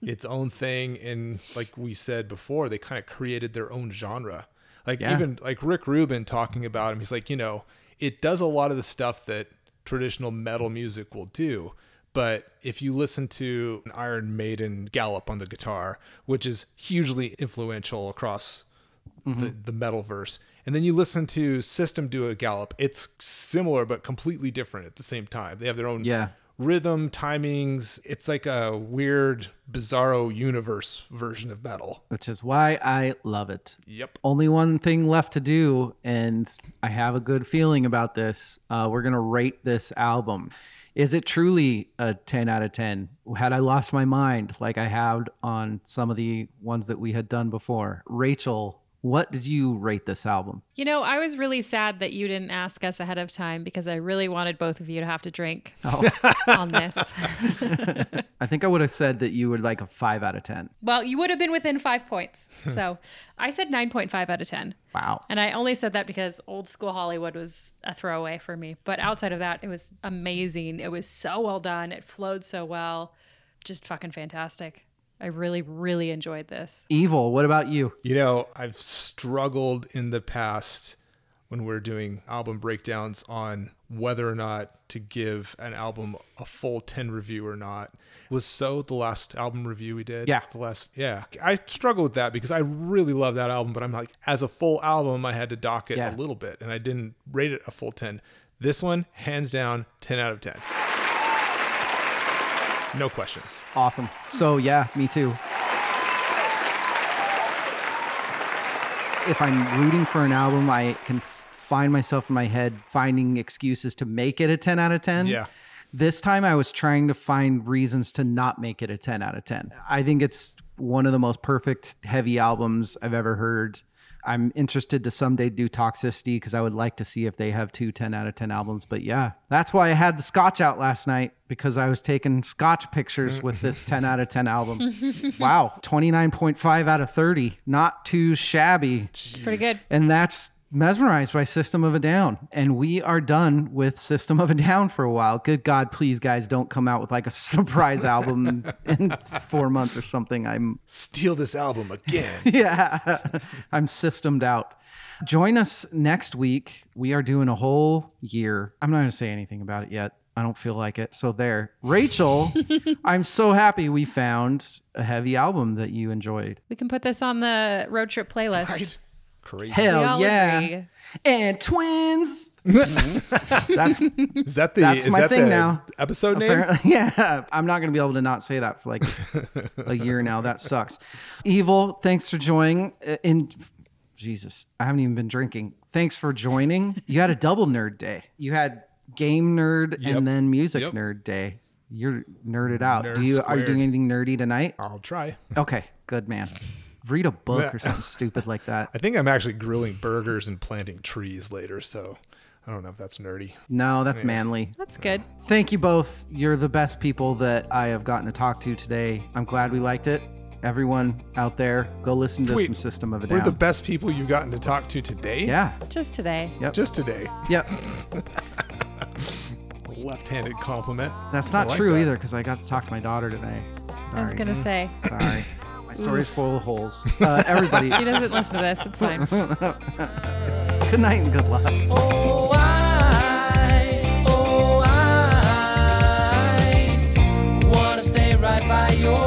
Speaker 3: its own thing and like we said before, they kind of created their own genre. Like
Speaker 1: Yeah.
Speaker 3: even like Rick Rubin talking about him, he's like, you know, it does a lot of the stuff that traditional metal music will do. But if you listen to an Iron Maiden gallop on the guitar, which is hugely influential across the, the metal verse. And then you listen to System do a gallop. It's similar but completely different at the same time. They have their own
Speaker 1: Yeah.
Speaker 3: rhythm, timings. It's like a weird, bizarro universe version of metal.
Speaker 1: which is why I love it.
Speaker 3: Yep.
Speaker 1: Only one thing left to do, and I have a good feeling about this. Uh, we're going to rate this album. Is it truly a 10 out of 10? Had I lost my mind like I had on some of the ones that we had done before? Rachel, what did you rate this album?
Speaker 4: You know, I was really sad that you didn't ask us ahead of time because I really wanted both of you to have to drink
Speaker 3: Oh.
Speaker 4: [LAUGHS] on this.
Speaker 1: I think I would have said that you were like a 5 out of 10.
Speaker 4: well, you would have been within five points. So I said 9.5 out of 10.
Speaker 1: Wow.
Speaker 4: And I only said that because old school Hollywood was a throwaway for me. But outside of that, it was amazing. It was so well done. It flowed so well. Just fucking fantastic. I really, really enjoyed this.
Speaker 1: Evil, what about you?
Speaker 3: You know, I've struggled in the past when we're doing album breakdowns on whether or not to give an album a full 10 review or not. Was so the last album review we did?
Speaker 1: Yeah.
Speaker 3: The last, yeah. I struggled with that because I really love that album, but I'm like, as a full album, I had to dock it
Speaker 1: Yeah.
Speaker 3: a little bit and I didn't rate it a full 10. This one, hands down, 10 out of 10. No questions.
Speaker 1: Awesome. So, yeah, me too. If I'm rooting for an album, I can find myself in my head finding excuses to make it a 10 out of 10.
Speaker 3: Yeah.
Speaker 1: This time I was trying to find reasons to not make it a 10 out of 10. I think it's one of the most perfect heavy albums I've ever heard. I'm interested to someday do Toxicity because I would like to see if they have two 10 out of 10 albums. But yeah, that's why I had the scotch out last night because I was taking scotch pictures with this 10 out of 10 album. wow, 29.5 out of 30. Not too shabby.
Speaker 4: It's pretty good.
Speaker 1: And that's mesmerized by System of a Down. And we are done with System of a Down for a while. Good God, please, guys, don't come out with like a surprise
Speaker 4: [LAUGHS]
Speaker 1: album in four months or something. I'm [LAUGHS]
Speaker 3: Steal this album again.
Speaker 1: yeah, I'm systemed out. Join us next week. We are doing a whole year. I'm not going to say anything about it yet. I don't feel like it. So there.
Speaker 4: [LAUGHS]
Speaker 1: Rachel, I'm so happy we found a heavy album that you enjoyed.
Speaker 4: We can put this on the road trip playlist.
Speaker 3: Crazy.
Speaker 1: Hell
Speaker 4: all
Speaker 1: yeah.
Speaker 4: agree.
Speaker 1: And
Speaker 4: [LAUGHS]
Speaker 1: twins. That's
Speaker 3: Is that the
Speaker 1: That's
Speaker 3: is
Speaker 1: my
Speaker 3: that
Speaker 1: thing
Speaker 3: the
Speaker 1: now.
Speaker 3: episode name?
Speaker 1: Apparently, [LAUGHS] yeah. I'm not going to be able to not say that for like a year now.
Speaker 3: [LAUGHS]
Speaker 1: That sucks. Evil, thanks for joining. Uh, In Jesus, I haven't even been drinking. Thanks for joining. You had a double nerd day. You had game nerd
Speaker 3: Yep.
Speaker 1: and then music
Speaker 3: Yep.
Speaker 1: nerd day. You're nerded out.
Speaker 3: Nerd
Speaker 1: Do you are you
Speaker 3: squared.
Speaker 1: doing anything nerdy tonight?
Speaker 3: I'll try.
Speaker 1: Okay, good man. Read a book or something stupid like that.
Speaker 3: [LAUGHS] I think I'm actually grilling burgers and planting trees later, so I don't know if that's nerdy.
Speaker 1: No, that's manly.
Speaker 4: That's good.
Speaker 1: Thank you both. You're the best people that I have gotten to talk to today. I'm glad we liked it. Everyone out there, go listen to
Speaker 3: Wait,
Speaker 1: some System of a
Speaker 3: We're
Speaker 1: Down.
Speaker 3: the best people you've gotten to talk to today.
Speaker 1: yeah.
Speaker 4: Just today.
Speaker 3: Just today.
Speaker 1: Yep.
Speaker 3: Left-handed compliment.
Speaker 1: That's not
Speaker 3: I like
Speaker 1: true
Speaker 3: that.
Speaker 1: either because I got to talk to my daughter today. Sorry.
Speaker 4: I was Mm. going to say, [LAUGHS]
Speaker 1: Sorry. My story's full of holes. Uh, everybody,
Speaker 4: she doesn't listen to this. It's fine.
Speaker 1: good night and good luck.
Speaker 2: Oh, I, oh, I wanna stay right by your